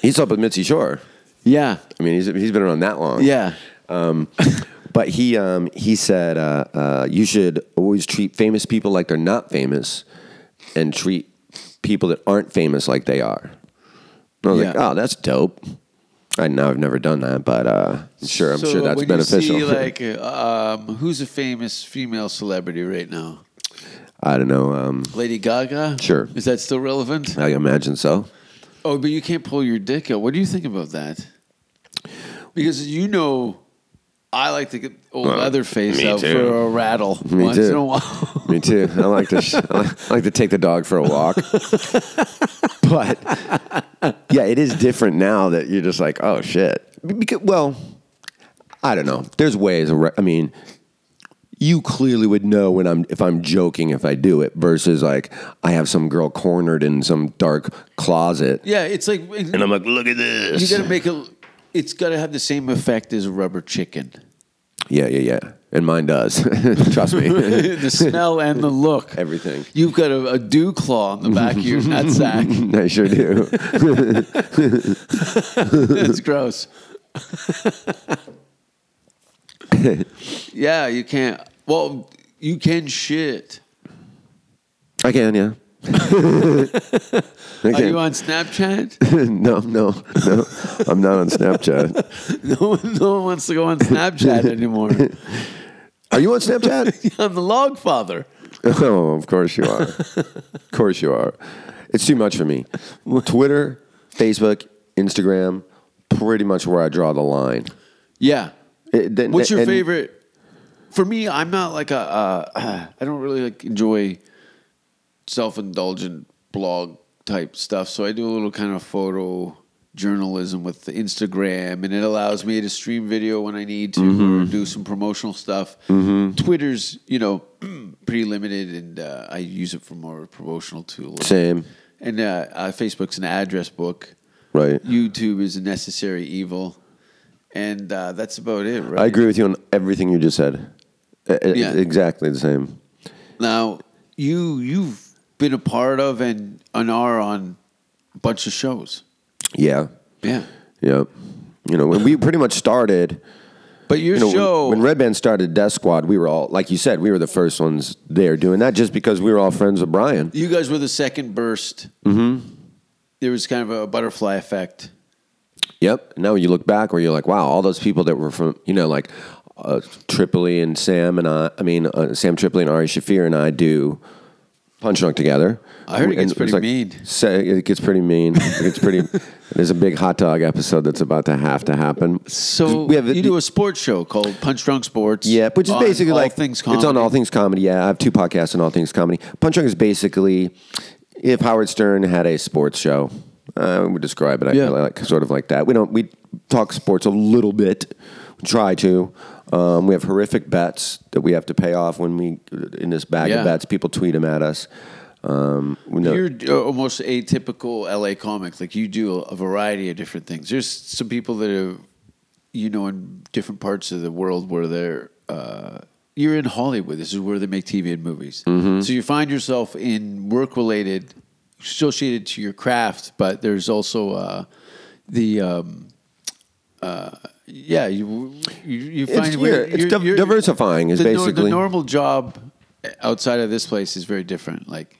he's up with mitzi shore Yeah, i mean he's, he's been around that long yeah. But he um, he said uh, uh, you should always treat famous people like they're not famous, and treat people that aren't famous like they are. And I was like, Yeah. oh, that's dope. I know I've never done that, but uh, I'm sure I'm So sure that's when beneficial. You see, like, um, who's a famous female celebrity right now? I don't know. Um, Lady Gaga. Sure. Is that still relevant? I imagine so. Oh, but you can't pull your dick out. What do you think about that? Because you know, I like to get old Well, Leatherface me out too. for a rattle Me once too. in a while. Me too. I like to sh- I like- I like to take the dog for a walk. but yeah, it is different now that you're just like, oh shit. Because, well, I don't know. There's ways. Around, I mean, you clearly would know when I'm if I'm joking if I do it versus like I have some girl cornered in some dark closet yeah, it's like and I'm like, look at you this. got to make it. It's got to have the same effect as a rubber chicken. yeah, yeah, yeah. And mine does. Trust me. the smell and the look. Everything. You've got a, a dew claw on the back of your nutsack. I sure do. That's gross. yeah, you can't. Well, you can shit. I can, yeah. I Are can. you on Snapchat? no, no, no. I'm not on Snapchat. no, one, no one wants to go on Snapchat anymore. Are you on Snapchat? I'm the log father. oh, of course you are. Of course you are. It's too much for me. Twitter, Facebook, Instagram, pretty much where I draw the line. Yeah. It- then- What's your and- favorite? For me, I'm not like a. Uh, I don't really like enjoy self-indulgent blog type stuff. So I do a little kind of photo journalism with the Instagram, and it allows me to stream video when I need to Mm-hmm. or do some promotional stuff. Twitter's, you know, pretty limited, and uh, I use it for more promotional tools. Same. And uh, uh, Facebook's an address book. Right. YouTube is a necessary evil. and uh, that's about it, right? I agree with you on everything you just said. E- e- Yeah. Exactly the same. Now you you've been a part of and and are on a bunch of shows. Yeah. Yeah, Yeah. You know, when we pretty much started, but your you know, when- show when, Red Band started Death Squad, we were all, like you said, we were the first ones there doing that just because we were all friends with Brian. you guys were the second burst. Mm-hmm. There was kind of a butterfly effect. Yep. Now you look back where you're like, wow, all those people that were from, you know, like uh, Tripoli and Sam and I, I mean, uh, Sam Tripoli and Ari Shafir and I do Punch Drunk together. I heard it gets And was pretty mean. Say, it gets pretty mean. It gets pretty, there's a big hot dog episode that's about to have to happen. So we have you do a sports show called Punch Drunk Sports. Yeah, which is on basically All like things it's on Comedy. all things comedy. Yeah, I have two podcasts on all things comedy. Punch Drunk is basically if Howard Stern had a sports show. I would describe it. I Yeah. feel like sort of like that. We don't. We talk sports a little bit. We try to. Um, we have horrific bets that we have to pay off when we in this bag Yeah. of bets. People tweet them at us. Um, we know- You're uh, almost atypical LA comic. Like you do a variety of different things. There's some people that are, you know, in different parts of the world where they're. Uh, you're in Hollywood. This is where they make TV and movies. Mm-hmm. So you find yourself in work related, associated to your craft, but there's also uh, the. Um, uh, yeah, you you, you It's- find where yeah, it's you're- div- you're- diversifying is the nor- basically- the normal job outside of this place is very different. Like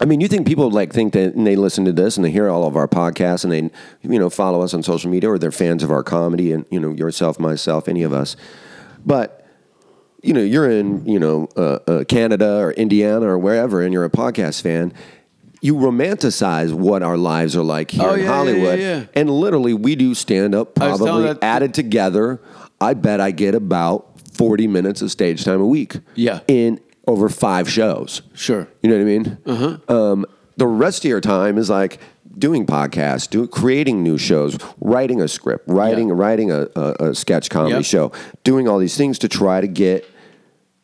I mean, you think people like think that and they listen to this and they hear all of our podcasts and they you know follow us on social media or they're fans of our comedy and you know yourself, myself, any of us. But you know, you're in you know uh, uh, Canada or Indiana or wherever, and you're a podcast fan. You romanticize what our lives are like here Oh, in yeah, yeah, Hollywood, yeah, yeah. and literally we do stand up I was telling probably that- added together. I bet I get about forty minutes of stage time a week. Yeah. in over five shows. Sure. You know what I mean? Uh-huh. Um, the rest of your time is like doing podcasts, do, creating new shows, writing a script, writing Yeah. writing a, a, a sketch comedy Yep. show, doing all these things to try to get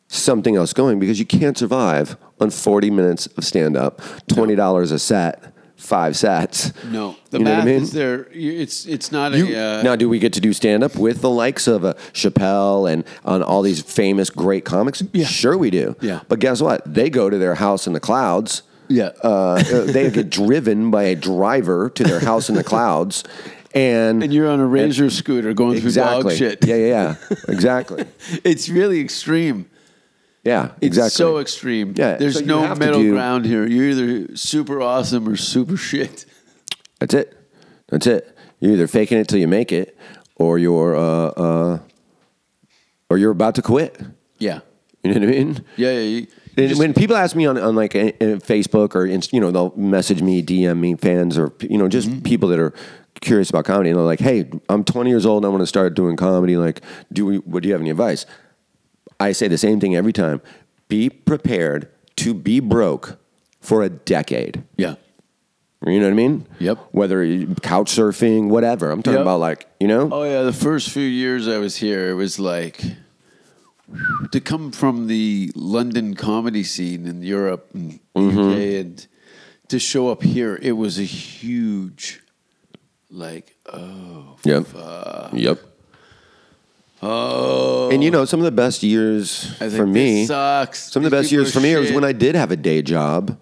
something else going because you can't survive on 40 minutes of stand up, $20 a set, five sets. No, the You know what math I mean? is there. You- It's it's not You- a. Uh, now, do we get to do stand up with the likes of a Chappelle and on all these famous great comics? Yeah. Sure, we do. Yeah. But guess what? They go to their house in the clouds. Yeah. Uh, they get driven by a driver to their house in the clouds, and and you're on a razor scooter going exactly. through dog shit. Yeah, yeah, yeah. Exactly. It's really extreme. Yeah, It's exactly. so extreme. Yeah, There's so you no have to middle do- ground here. You're either super awesome or super shit. That's it. That's it. You're either faking it till you make it, or you're uh, uh, or you're about to quit. Yeah. You know what I mean? Yeah. yeah you, you And just- when people ask me on, on like uh, uh, Facebook or Inst- you know they'll message me, DM me, fans or you know Mm-hmm. just people that are curious about comedy, and they're like, "Hey, I'm 20 years old. and I want to start doing comedy. Like, do we, what do you have any advice?" I say the same thing every time: Be prepared to be broke for a decade. yeah. You know what I mean? Yep. Whether you- couch surfing, whatever. I'm talking Yep. about like you know. Oh yeah, the first few years I was here, it was like to come from the London comedy scene in Europe and Mm-hmm. UK, and to show up here, it was a huge, like, oh, yep. Yep. oh, And you know, some of the best years I was for like, me. this sucks. Some of the These best people years are for me was shit. when I did have a day job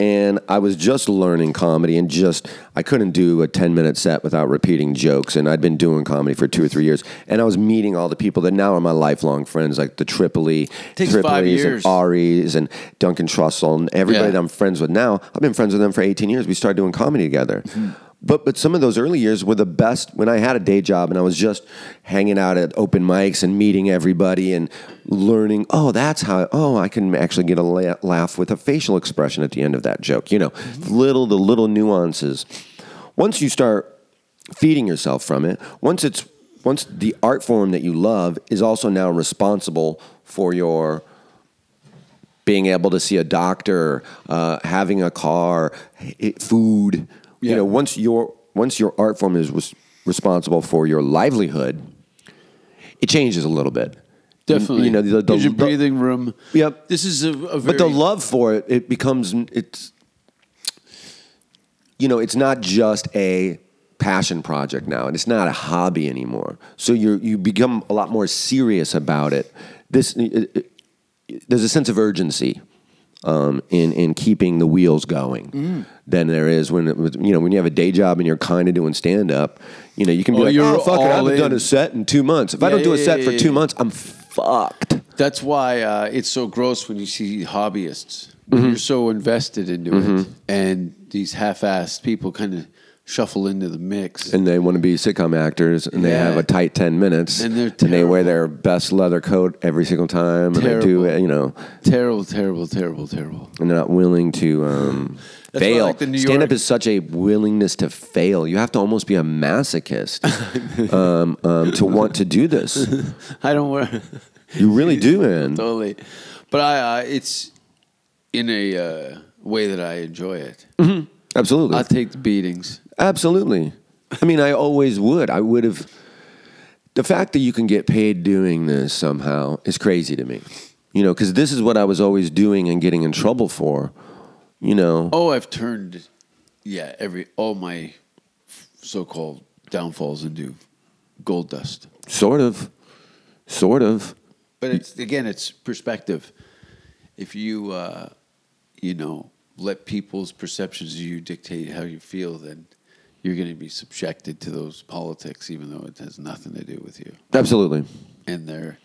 and I was just learning comedy and just I couldn't do a 10 minute set without repeating jokes and I'd been doing comedy for 2 or 3 years and I was meeting all the people that now are my lifelong friends like the Tripoli Takes five Tripoli's and years. Ari's and Duncan Trussell and everybody Yeah. that I'm friends with now. I've been friends with them for 18 years. We started doing comedy together. But but some of those early years were the best when I had a day job and I was just hanging out at open mics and meeting everybody and learning, oh, that's how oh, I can actually get a la- laugh with a facial expression at the end of that joke, you know. Little the little nuances. Once you start feeding yourself from it, once it's once the art form that you love is also now responsible for your being able to see a doctor, uh, having a car, i food. You Yeah. know, once your once your art form is res- responsible for your livelihood, it changes a little bit. definitely, You know, the, the, Gives you the- breathing room. Yep. this is a, a very, but the love for it, it becomes it's. You know, it's not just a passion project now, and it's not a hobby anymore. So you you become a lot more serious about it. This it- it- there's a sense of urgency um, in in keeping the wheels going Mm. than there is when it was, you know when you have a day job and you're kind of doing stand up. You know, you can be Oh, like, you're oh fuck it, I all haven't done in. a set in two months. If I Yeah, don't do a yeah, set yeah, for yeah, two yeah. months, I'm fucked. That's why uh, it's so gross when you see hobbyists. Mm-hmm. You're so invested into it, and these half-assed people kind of shuffle into the mix. and they want to be sitcom actors and they Yeah. have a tight 10 minutes And they're they wear terrible. their best leather coat every single time and they do Terrible. it you know terrible, terrible, terrible, terrible. and they're not willing to um, That's why I fail like the New stand up York- is such a willingness to fail you have to almost be a masochist um, um, to want to do this I don't wear you really do man totally, but I uh, it's in a uh, way that I enjoy it. Mm-hmm. absolutely I take the beatings. Absolutely. I mean, I always would. I would have. The fact that you can get paid doing this somehow is crazy to me. You know, because this is what I was always doing and getting in trouble for. You know, Oh, I've turned yeah every all my so-called downfalls into gold dust. sort of. Sort of. But it's again, it's perspective. If you, uh, you know, let people's perceptions of you dictate how you feel, then you're going to be subjected to those politics, even though it has nothing to do with you. Absolutely. And there,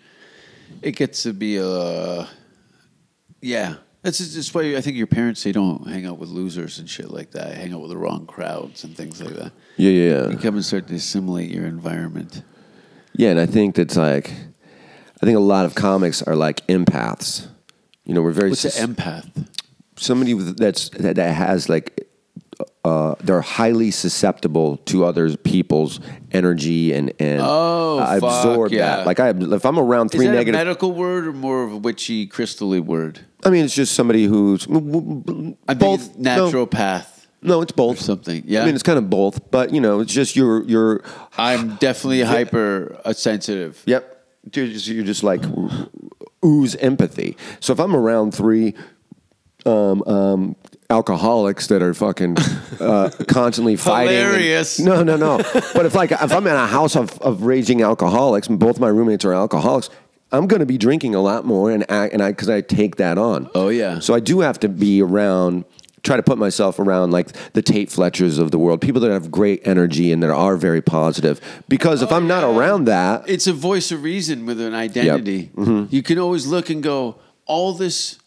it gets to be a, yeah. That's just that's why I think your parents say don't hang out with losers and shit like that. Hang out with the wrong crowds and things like that. Yeah, yeah, You yeah. come and start to assimilate your environment. Yeah, and I think that's like, I think a lot of comics are like empaths. You know, we're very What's an sus- empath? somebody with- that's that, that has like uh, they're highly susceptible to other people's energy and and Oh, I fuck, absorb yeah. that. Like I, if I'm around Is three that negative, a medical word or more of a witchy, crystally word? I mean it's just somebody who's I I both think naturopath. No, no, it's both or something, yeah. I mean it's kind of both, but you know, it's just you're you're. I'm definitely hyper uh, sensitive. Yep, you're just, you're just like ooze empathy. So if I'm around three um, um, alcoholics that are fucking uh, constantly fighting. and- Hilarious. no, no, no. but if like if I'm in a house of, of raging alcoholics and both my roommates are alcoholics, I'm going to be drinking a lot more and I, and I because I take that on. Oh, yeah. So I do have to be around. Try to put myself around like the Tate Fletchers of the world, people that have great energy and that are very positive. Because if I'm not Oh, around that, It's a voice of reason with an identity. Mm-hmm. You can always look and go, all this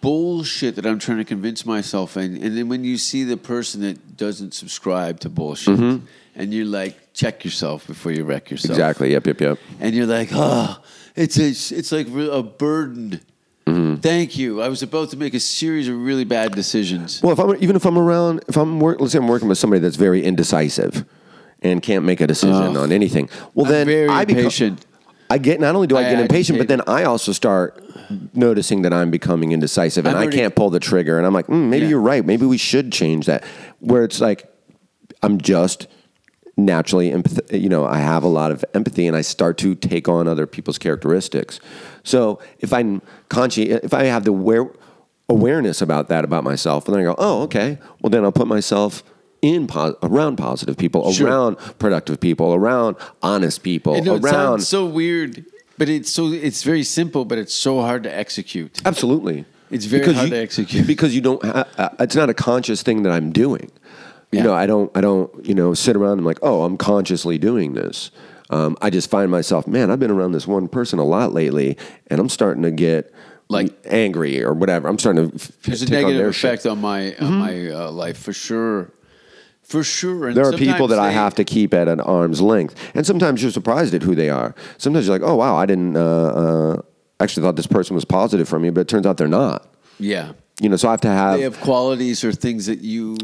bullshit that I'm trying to convince myself in. And then when you see the person that doesn't subscribe to bullshit, Mm-hmm. and you're like, check yourself before you wreck yourself. Exactly. Yep. Yep. Yep. and you're like, oh, it's a, it's like a burden. Mm-hmm. Thank you. I was about to make a series of really bad decisions. Well, if I'm even if I'm around, if I'm work, let's say I'm working with somebody that's very indecisive and can't make a decision Ugh. on anything. Well, I'm then very I become- impatient. I get not only do I, I get impatient, but then I also start noticing that I'm becoming indecisive and I'm I already- can't pull the trigger. And I'm like, mm, maybe Yeah. you're right. Maybe we should change that. Where it's like, I'm just naturally empath- you know i have a lot of empathy and i start to take on other people's characteristics so if i'm conscious if i have the where awareness about that about myself and then i go oh okay well then i'll put myself in po- around positive people Sure. around productive people around honest people I know it around sounds so weird, but it's so it's very simple, but it's so hard to execute. Absolutely. It's very hard to execute. because you don't. Ha- uh, it's not a conscious thing that I'm doing. You Yeah. know, I don't. I don't. You know, sit around and like, oh, I'm consciously doing this. Um, I just find myself, man, I've been around this one person a lot lately, and I'm starting to get Like- angry or whatever. I'm starting to. f- There's a take on negative their effect shit. Mm-hmm. on my on my uh, life for sure, for sure. And There are people sometimes that I they- have to keep at an arm's length, and sometimes you're surprised at who they are. Sometimes you're like, oh wow, I didn't uh, uh, actually thought this person was positive for me, but it turns out they're not. Yeah, You know, so I have to have they have qualities or things that you.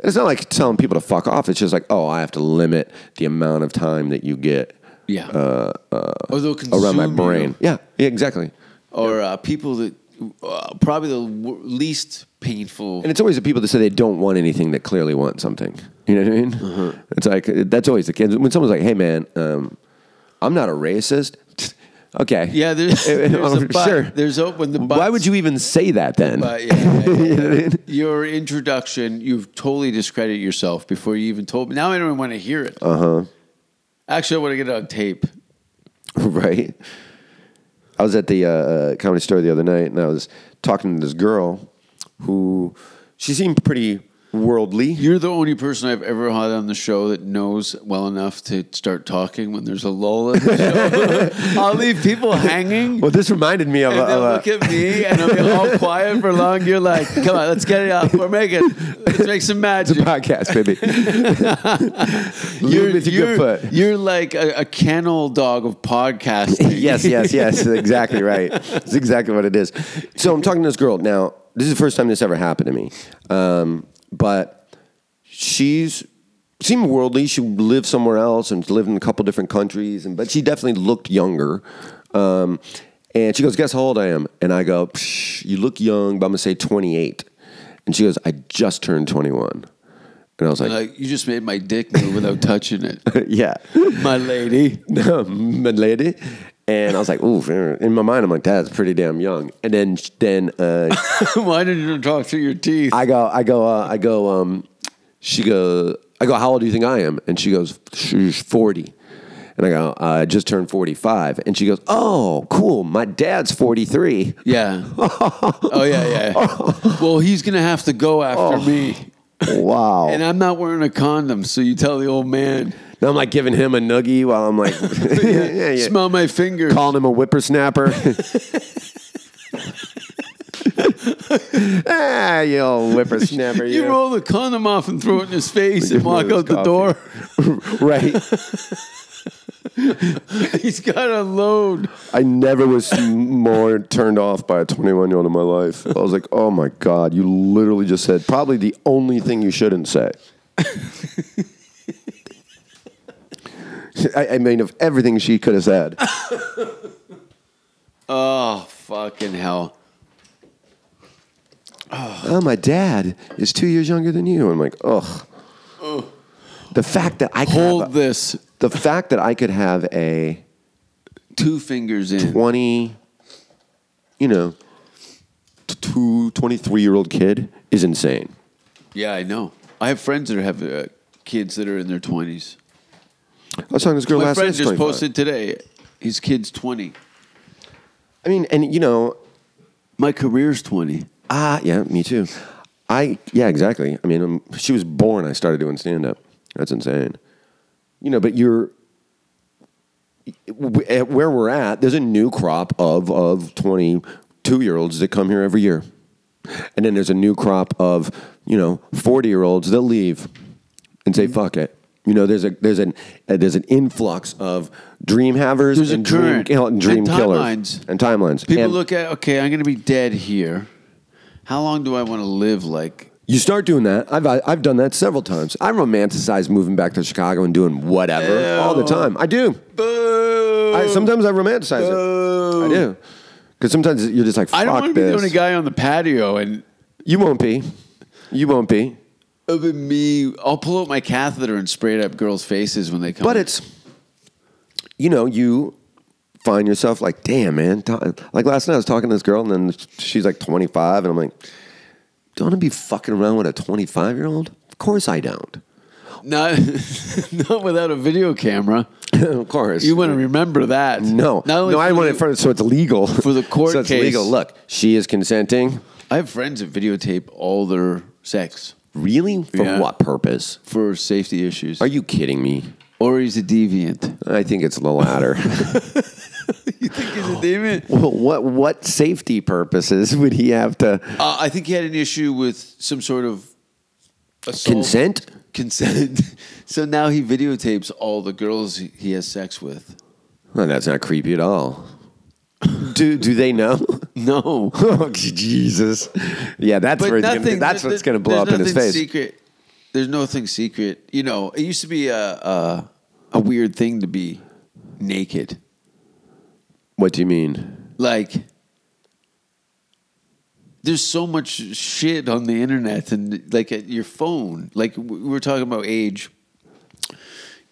It's not like telling people to fuck off. It's just like, oh, I have to limit the amount of time that you get Yeah, uh, uh, or they'll consume around my you. brain. Yeah, yeah, exactly. or uh, people that uh, probably the w- least painful. And it's always the people that say they don't want anything that clearly want something. You know what I mean? Mm-hmm. It's like that's always the case. When someone's like, "Hey, man, um, I'm not a racist," Okay. Yeah, there's, there's a but. sure. There's a, when the buts, Why would you even say that then? But yeah, yeah, yeah, You know what I yeah. mean? your introduction, you've totally discredited yourself before you even told me. Now I don't even want to hear it. Uh-huh. Actually, I want to get it on tape. right? I was at the uh, uh, comedy store the other night, and I was talking to this girl who she seemed pretty worldly. You're the only person I've ever had on the show that knows well enough to start talking when there's a lull in the show. I'll leave people hanging. Well, this reminded me of, a, and they'll of a- look at me and I'll be all quiet for long. You're like, come on, let's get it out. We're making, let's make some it's a magic. podcast, baby. Lead with your you're, good foot. you're like a, a kennel dog of podcasting. yes, yes, yes. Exactly right. That's exactly what it is. So I'm talking to this girl now. This is the first time this ever happened to me, um, but she's seemed worldly. She lived somewhere else and lived in a couple different countries, and but she definitely looked younger. Um, and she goes, "Guess how old I am?" And I go, Psh, "You look young, but I'm gonna say 28." And she goes, "I just turned 21." And I was like, Like, you just made my dick move without touching it. "Yeah." My lady. my lady. And I was like, ooh, in my mind, I'm like, that's pretty damn young. And then, then uh, Why didn't you talk through your teeth? I go, I go, uh, I go, um, she goes, I go, how old do you think I am? And she goes, she's 40. And I go, I just turned 45. And she goes, oh, cool. My dad's 43. yeah. Oh, yeah, yeah. Well, he's going to have to go after Oh. me. Wow. And I'm not wearing a condom, so you tell the old man, now I'm like giving him a noogie while I'm like, yeah, yeah, yeah. smell my fingers. calling him a whippersnapper. ah, you old whippersnapper. You roll the condom off and throw it in his face and walk out the door. Right. He's got to load. I never was more turned off by a 21 year old in my life. I was like, oh my God, you literally just said probably the only thing you shouldn't say. I, I mean, of everything she could have said. Oh, fucking hell. oh, my dad is two years younger than you. I'm like, ugh. The fact that I could Hold have a- this. the fact that I could have a Two fingers in. 20, you know, t- two, 23 year old kid is insane. Yeah, I know. I have friends that have uh, kids that are in their 20s. I was talking to this girl My last friend night, she's just 25. posted today. His kid's 20. I mean, and you know, My career's 20. ah, yeah, me too. I, yeah, exactly. I mean, um she was born, I started doing stand up. That's insane. You know, but you're, w- at where we're at, there's a new crop of, of 22 year olds that come here every year. And then there's a new crop of, you know, 40 year olds that leave Mm-hmm. and say, fuck it. You know, there's a there's an uh, there's an influx of dream havers There's a and dream, current kill- and dream and killers timelines. and timelines. People And- look at, okay, I'm going to be dead here. How long do I want to live like? You start doing that. I've I- I've done that several times. I romanticize moving back to Chicago and doing whatever all the time. I do. Boo! I, sometimes I romanticize it. I do. Because sometimes you're just like, Oh, fuck I don't want to be this. the only guy on the patio and You won't be. You won't be. it'll be me. I'll pull out my catheter and spray it up girls' faces when they come. But it's, you know, you find yourself like, damn, man. ta- Like last night, I was talking to this girl, and then she's like 25, and I'm like, don't want to be fucking around with a 25 year old? Of course I don't. not not without a video camera. of course. You want to remember that? No, not only no, I for want it the- in front of so it's legal For the court so it's case. legal. Look, she is consenting. I have friends that videotape all their sex Really? For Yeah. what purpose? for safety issues. Are you kidding me? or he's a deviant. I think it's the latter. you think he's a deviant? well, what what safety purposes would he have to Uh, I think he had an issue with some sort of assault. consent? Consent. so now he videotapes all the girls he- he has sex with. Well, that's not creepy at all. do do they know? No. oh, Jesus. Yeah, that's where it's gonna, that's there- what's going to blow there's up in his nothing face. Secret. There's nothing secret. You know, it used to be a, a a weird thing to be naked. What do you mean? Like, there's so much shit on the internet and like at your phone. Like we were talking about age,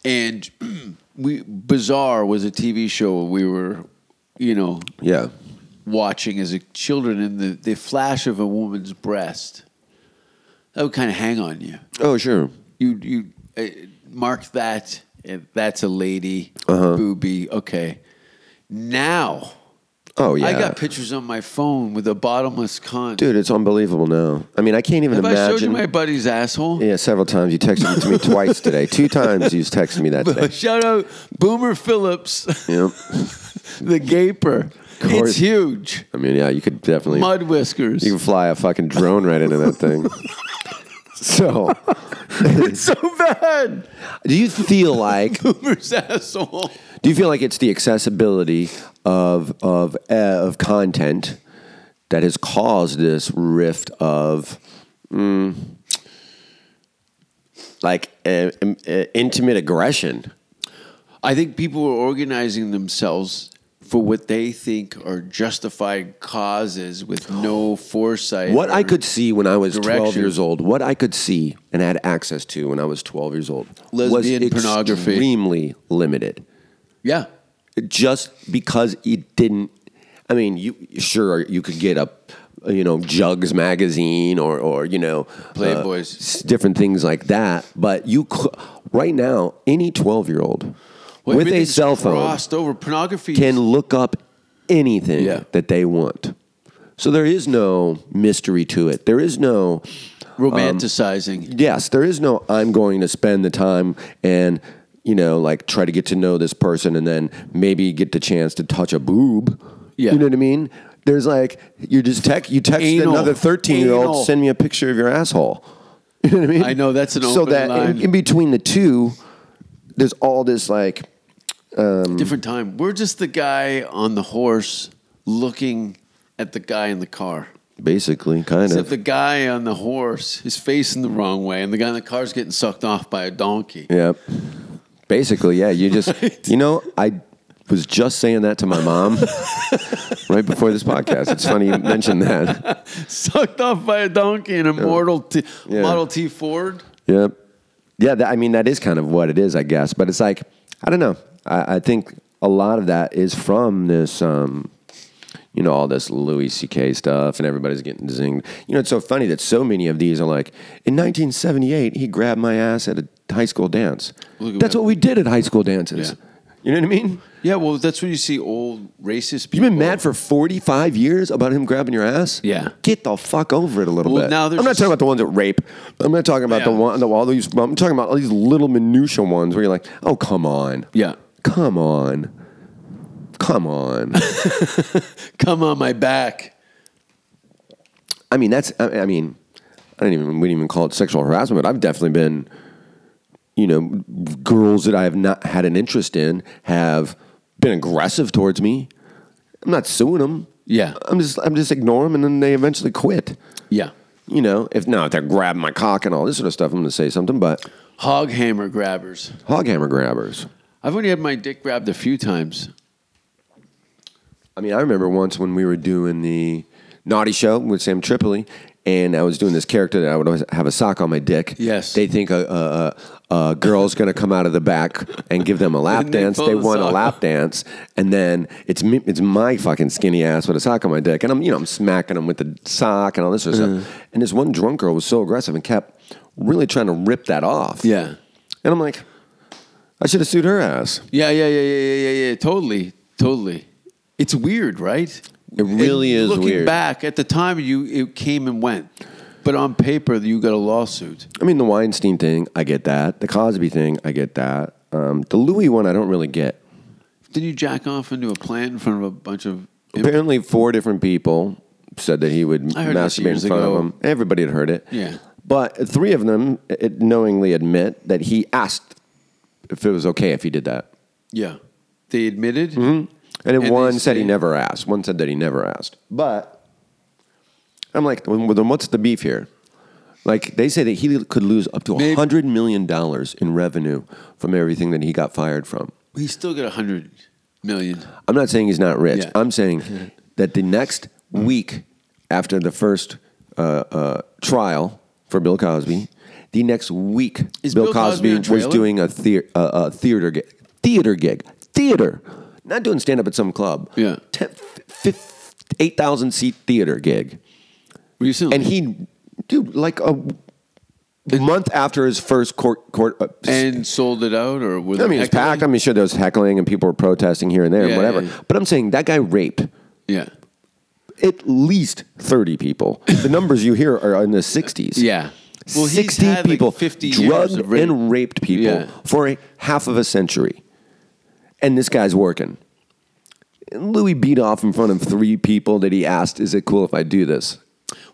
and we Bizarre was a TV show we were you know, Yeah. watching as a children and the, the flash of a woman's breast, that would kind of hang on you. Oh, sure. You you uh, mark that. eh, That's a lady Uh-huh. booby. Okay, now Oh, yeah. I got pictures on my phone with a bottomless con. Dude, it's unbelievable now. I mean, I can't even have I showed you imagine. my buddy's asshole? yeah, several times. You texted it to me twice today. Two times you texted me that today. Shout out Boomer Phillips, Yep. the gaper. course. It's huge. I mean, yeah, you could definitely. Mud whiskers. You can fly a fucking drone right into that thing. So, it's so bad. do you feel like Boomer's asshole. do you feel like it's the accessibility of of uh, of content that has caused this rift of mm, like uh, um, uh, intimate aggression? I think people are organizing themselves for what they think are justified causes with no foresight. Oh. What I or- could see when I was 12 Direction. years old, what I could see and had access to when I was 12 years old Lesbian was pornography. extremely limited. Yeah. just because it didn't. I mean, you sure you could get a, you know, Jugs magazine or or you know, uh, Playboys. s- different things like that. But you cou- right now, any twelve year old Well, with a everything's cell phone crossed over pornography. can look up anything Yeah. that they want. So there is no mystery to it. There is no romanticizing. yes, there is no I'm going to spend the time and you know like try to get to know this person and then maybe get the chance to touch a boob. Yeah. You know what I mean? There's like you're just tech you text Anal. another 13 year Anal. old send me a picture of your asshole. You know what I mean? I know, that's an so open that line. In, in between the two there's all this like mm. Different time. We're just the guy on the horse looking at the guy in the car. basically kind Except of the guy on the horse is facing the wrong way, and the guy in the car's getting sucked off by a donkey. Yeah. Basically, yeah. You just, Right. you know, I was just saying that to my mom right before this podcast. It's funny you mentioned that. sucked off by a donkey in a mortal T, Yeah. Model T Ford. Yep. Yeah. That, I mean, that is kind of what it is, I guess. But it's like, I don't know. I, I think a lot of that is from this, um, you know, all this Louis C.K. stuff, and everybody's getting zinged. You know, it's so funny that so many of these are like, in 1978, he grabbed my ass at a high school dance. Look at That's what- what we did at high school dances. Yeah. You know what I mean? Yeah, well, that's when you see old racist people. You've been mad for 45 years about him grabbing your ass? Yeah. Get the fuck over it a little Well, bit. now I'm there's not just- talking about the ones that rape. I'm not talking about the Yeah. one, the, all these, I'm talking about all these little minutia ones where you're like, oh, come on. Yeah. Come on. Come on. Come on my back. I mean, that's, I, I mean, I don't even, we didn't even call it sexual harassment, but I've definitely been, you know, girls that I have not had an interest in have been aggressive towards me. I'm not suing them. Yeah. I'm just, I'm just ignoring them and then they eventually quit. Yeah. you know, if no, if they're grabbing my cock and all this sort of stuff, I'm going to say something. But Hog hammer grabbers. hog hammer grabbers. I've only had my dick grabbed a few times. I mean, I remember once when we were doing the naughty show with Sam Tripoli, and I was doing this character that I would always have a sock on my dick. Yes. they think a, a, a, a girl's going to come out of the back and give them a lap And they dance. pull They the want a sock lap dance, and then it's me, it's my fucking skinny ass with a sock on my dick, and I'm you know I'm smacking them with the sock and all this sort of Uh-huh. stuff. And this one drunk girl was so aggressive and kept really trying to rip that off. Yeah. And I'm like, I should have sued her ass. Yeah, yeah, yeah, yeah, yeah, yeah, yeah. Totally. Totally. It's weird, right? It really And is looking weird. back, at the time you it came and went. But on paper, you got a lawsuit. I mean, the Weinstein thing, I get that. The Cosby thing, I get that. Um, the Louis one, I don't really get. Did you jack off into a plant in front of a bunch of Apparently, four different people said that he would I heard this masturbate in years front ago. of him. Everybody had heard it. Yeah. But three of them it knowingly admit that he asked if it was okay if he did that. Yeah. They admitted? And, then And they one said he say- never asked. One said that he never asked. But I'm like, well, then what's the beef here? Like they say that he could lose up to Maybe- a hundred million dollars in revenue from everything that he got fired from. He still got 100 million. I'm not saying he's not rich. Yeah. I'm saying that the next week after the first uh, uh, trial for Bill Cosby, the next week Is Bill, Bill Cosby Cosby, on was trailer? doing a, theater, uh, a theater gig, theater gig, theater, not doing stand up at some club. Yeah. Ten- fif- fif- 8,000 seat theater gig. Recently. And he, dude, like a month after his first court, court uh, and sold it out, or were I they mean, it's heckling? packed. I mean, sure, there was heckling and people were protesting here and there Yeah, and whatever. yeah, yeah. But I'm saying that guy raped Yeah. at least 30 people. the numbers you hear are in the 60s. Yeah. Well, he's 60 had, like, people 50 years drugged of rape. and raped people Yeah. for a half of a century. And this guy's working. And Louis beat off in front of three people that he asked, Is it cool if I do this?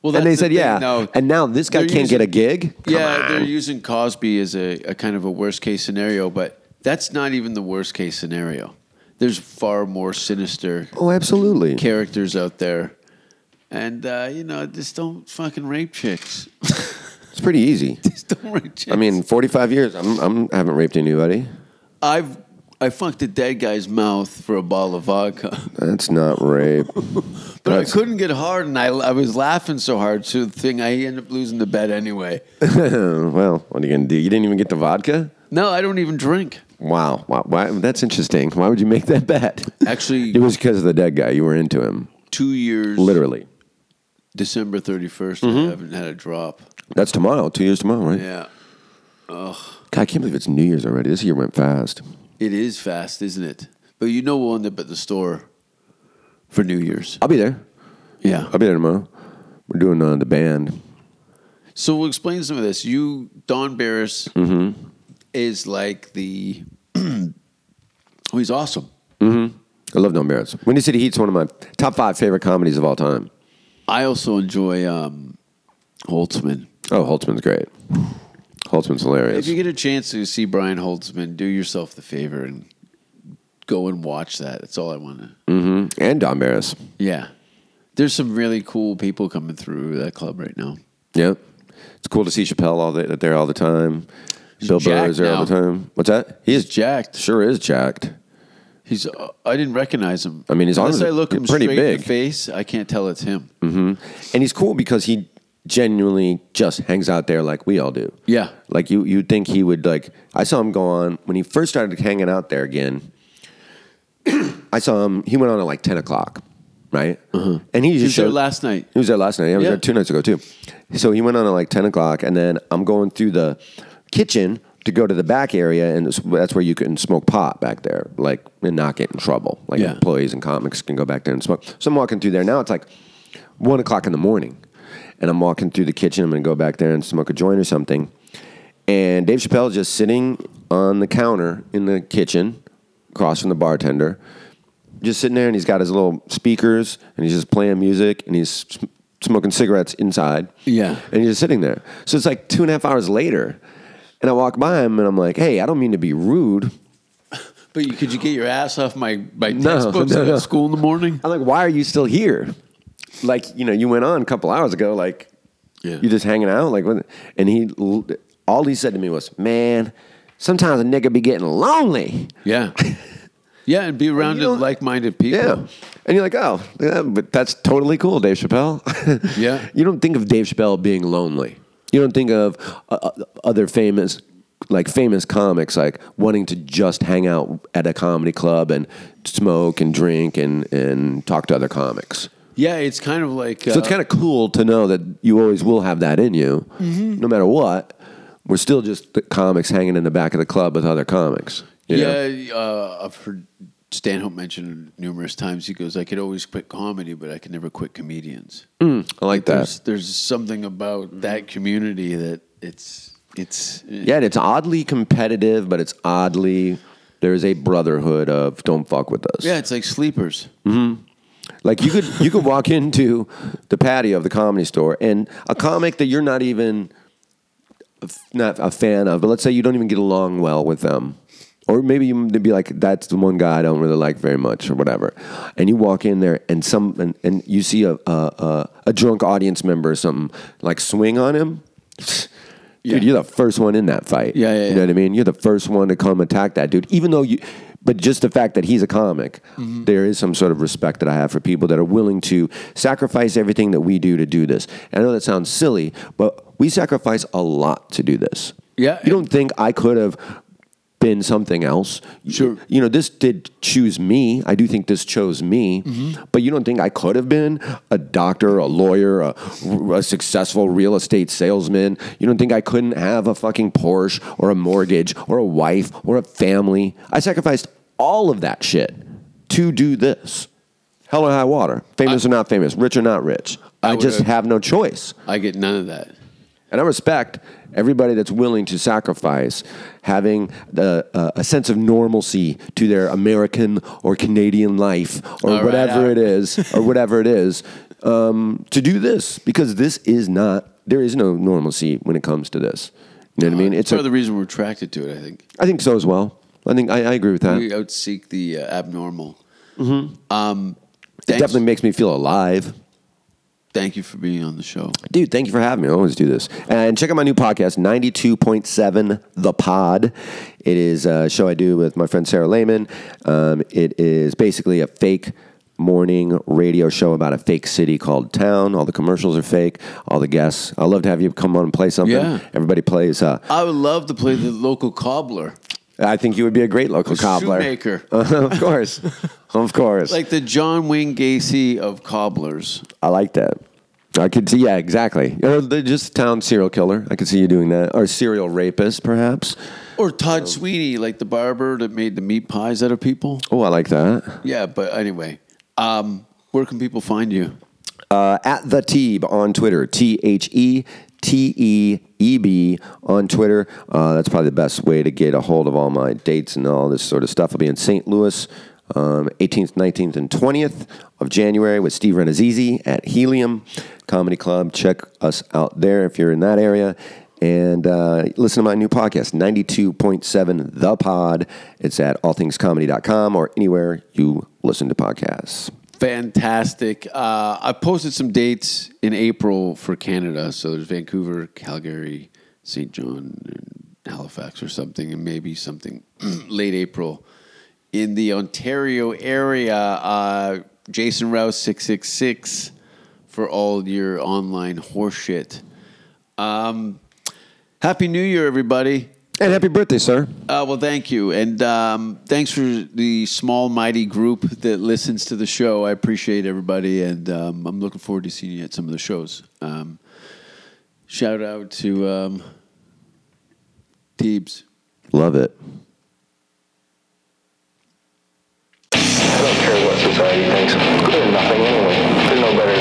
Well, and they that's the said, thing, Yeah. though. And now this guy They're can't using- get a gig? Come yeah, on. they're using Cosby as a, a kind of a worst case scenario, but that's not even the worst case scenario. There's far more sinister Oh, absolutely. characters out there, and uh, you know, just don't fucking rape chicks. It's pretty easy. just don't rape chicks. I mean, 45 years. I'm, I'm, I haven't raped anybody. I've I fucked a dead guy's mouth for a bottle of vodka. That's not rape. But That's- I couldn't get hard, and I, I was laughing so hard. So the thing, I ended up losing the bet anyway. well, what are you going to do? You didn't even get the vodka? No, I don't even drink. Wow. wow. Why, that's interesting. Why would you make that bet? Actually, It was because of the dead guy. You were into him. two years, Literally. December 31st, I haven't had a drop. That's tomorrow. Two years tomorrow, right? Yeah. God, I can't believe it's New Year's already. This year went fast. It is fast, isn't it? But you know we'll end up at the store for New Year's. I'll be there. Yeah. I'll be there tomorrow. We're doing uh, the band. So we'll explain some of this. You, Don Barris, is like the. oh, he's awesome. I love Don Barrett's. Windy City Heat's one of my top five favorite comedies of all time. I also enjoy um, Holtzman. Oh, Holtzman's great. Holtzman's If hilarious. you get a chance to see Brian Holtzman, do yourself the favor and go and watch that. That's all I want to. Mm-hmm. and Don Barris. Yeah. There's some really cool people coming through that club right now. Yep. It's cool to see Chappelle all the, there all the time. Bill Burr jacked is there all the now. time. What's that? He He's is jacked. Sure is jacked. He's. Uh, I didn't recognize him. I mean, his unless arms I are look him pretty straight in big. Mm. the face, I can't tell it's him. And he's cool because he genuinely just hangs out there like we all do. Yeah. Like you you'd think he would like I saw him go on when he first started hanging out there again. I saw him he went on at like ten o'clock, right? And Mm-hmm. he just He was there showed- last night. He was there last night. I was Yeah. there two nights ago too. So he went on at like ten o'clock, and then I'm going through the kitchen to go to the back area, and it's- that's where you can smoke pot back there, like and not get in trouble. Like Yeah. employees and comics can go back there and smoke. So I'm walking through there now. It's like one o'clock in the morning, and I'm walking through the kitchen. I'm going to go back there and smoke a joint or something. And Dave Chappelle is just sitting on the counter in the kitchen, across from the bartender, just sitting there, and he's got his little speakers, and he's just playing music, and he's sm- smoking cigarettes inside. Yeah. and he's just sitting there. So it's like two and a half hours later, and I walk by him, and I'm like, "Hey, I don't mean to be rude." But you, could you get your ass off my my No, textbooks no, at no. school in the morning? I'm like, "Why are you still here?" Like, you know, you went on a couple hours ago, like Yeah. you just hanging out, like. What? And he, l- all he said to me was, "Man, sometimes a nigga be getting lonely." Yeah. Yeah, and be around You don't- like-minded people. Yeah. And you're like, oh, yeah, but that's totally cool, Dave Chappelle. Yeah. You don't think of Dave Chappelle being lonely. You don't think of uh, uh, other famous, like famous comics, like wanting to just hang out at a comedy club and smoke and drink and, and talk to other comics. Yeah, it's kind of like uh, So it's kind of cool to know that you always will have that in you, no matter what. We're still just the comics hanging in the back of the club with other comics. you know? yeah. Uh, I've heard Stanhope mention numerous times. He goes, "I could always quit comedy, but I could never quit comedians." I like that. There's, there's something about that community that it's it's Yeah, and it's oddly competitive, but it's oddly there is a brotherhood of don't fuck with us. yeah. It's like sleepers. Like you could you could walk into the patio of the comedy store and a comic that you're not even not a fan of, but let's say you don't even get along well with them. Or maybe you would be like, that's the one guy I don't really like very much, or whatever. And you walk in there, and some, and, and you see a, a a a drunk audience member or something like swing on him. Yeah. Dude, you're the first one in that fight. Yeah, yeah, You know yeah. what I mean? You're the first one to come attack that dude, even though you. But just the fact that he's a comic, there is some sort of respect that I have for people that are willing to sacrifice everything that we do to do this. And I know that sounds silly, but we sacrifice a lot to do this. Yeah, You don't think I could have been something else. Sure. You know, this did choose me. I do think this chose me. Mm-hmm. But you don't think I could have been a doctor, a lawyer, a, a successful real estate salesman? You don't think I couldn't have a fucking Porsche or a mortgage or a wife or a family? I sacrificed all of that shit to do this. Hell or high water, famous or not famous, rich or not rich. I, I just would've- have no choice. I get none of that. And I respect everybody that's willing to sacrifice having the, uh, a sense of normalcy to their American or Canadian life or All right, whatever all it is, or whatever it is, um, to do this because this is not, there is no normalcy when it comes to this. You know what I mean? It's It's part of a, the reason we're attracted to it. I think I think so as well. I think I, I agree with that. we outseek the uh, abnormal. Um, Mm-hmm. it thanks- definitely makes me feel alive. Thank you for being on the show. Dude, thank you for having me. I always do this. And check out my new podcast, 92.7 The Pod. It is a show I do with my friend Sarah Lehman. Um, it is basically a fake morning radio show about a fake city called Town. All the commercials are fake, all the guests. I'd love to have you come on and play something. Yeah. Everybody plays. Uh, I would love to play the local cobbler, I think you would be a great local the cobbler. shoemaker, of course. of course. like the John Wayne Gacy of cobblers. I like that. I could see, yeah, exactly. Or the- just town serial killer. I could see you doing that. Or serial rapist, perhaps. Or Todd Sweeney, like the barber that made the meat pies out of people. Oh, I like that. Yeah, but anyway, um, where can people find you? Uh, at the Teeb on Twitter, T H E T E E B on Twitter. Uh, that's probably the best way to get a hold of all my dates and all this sort of stuff. I'll be in St. Louis, um, 18th, 19th, and 20th of January with Steve Renazizi at Helium Comedy Club. Check us out there if you're in that area. And uh, listen to my new podcast, 92.7 The Pod. It's at allthingscomedy.com or anywhere you listen to podcasts. Fantastic. Uh, I posted some dates in April for Canada. So there's Vancouver, Calgary, St. John, and Halifax or something, and maybe something late April. In the Ontario area, uh, Jason Rouse 666 for all your online horseshit. Um, Happy New Year, everybody. And happy birthday, sir. Uh, well, thank you, and um, thanks for the small mighty group that listens to the show. I appreciate everybody, and um, I'm looking forward to seeing you at some of the shows. Um, shout out to um, Teebs. Love it. I don't care what society thinks. They're nothing anyway. They're no better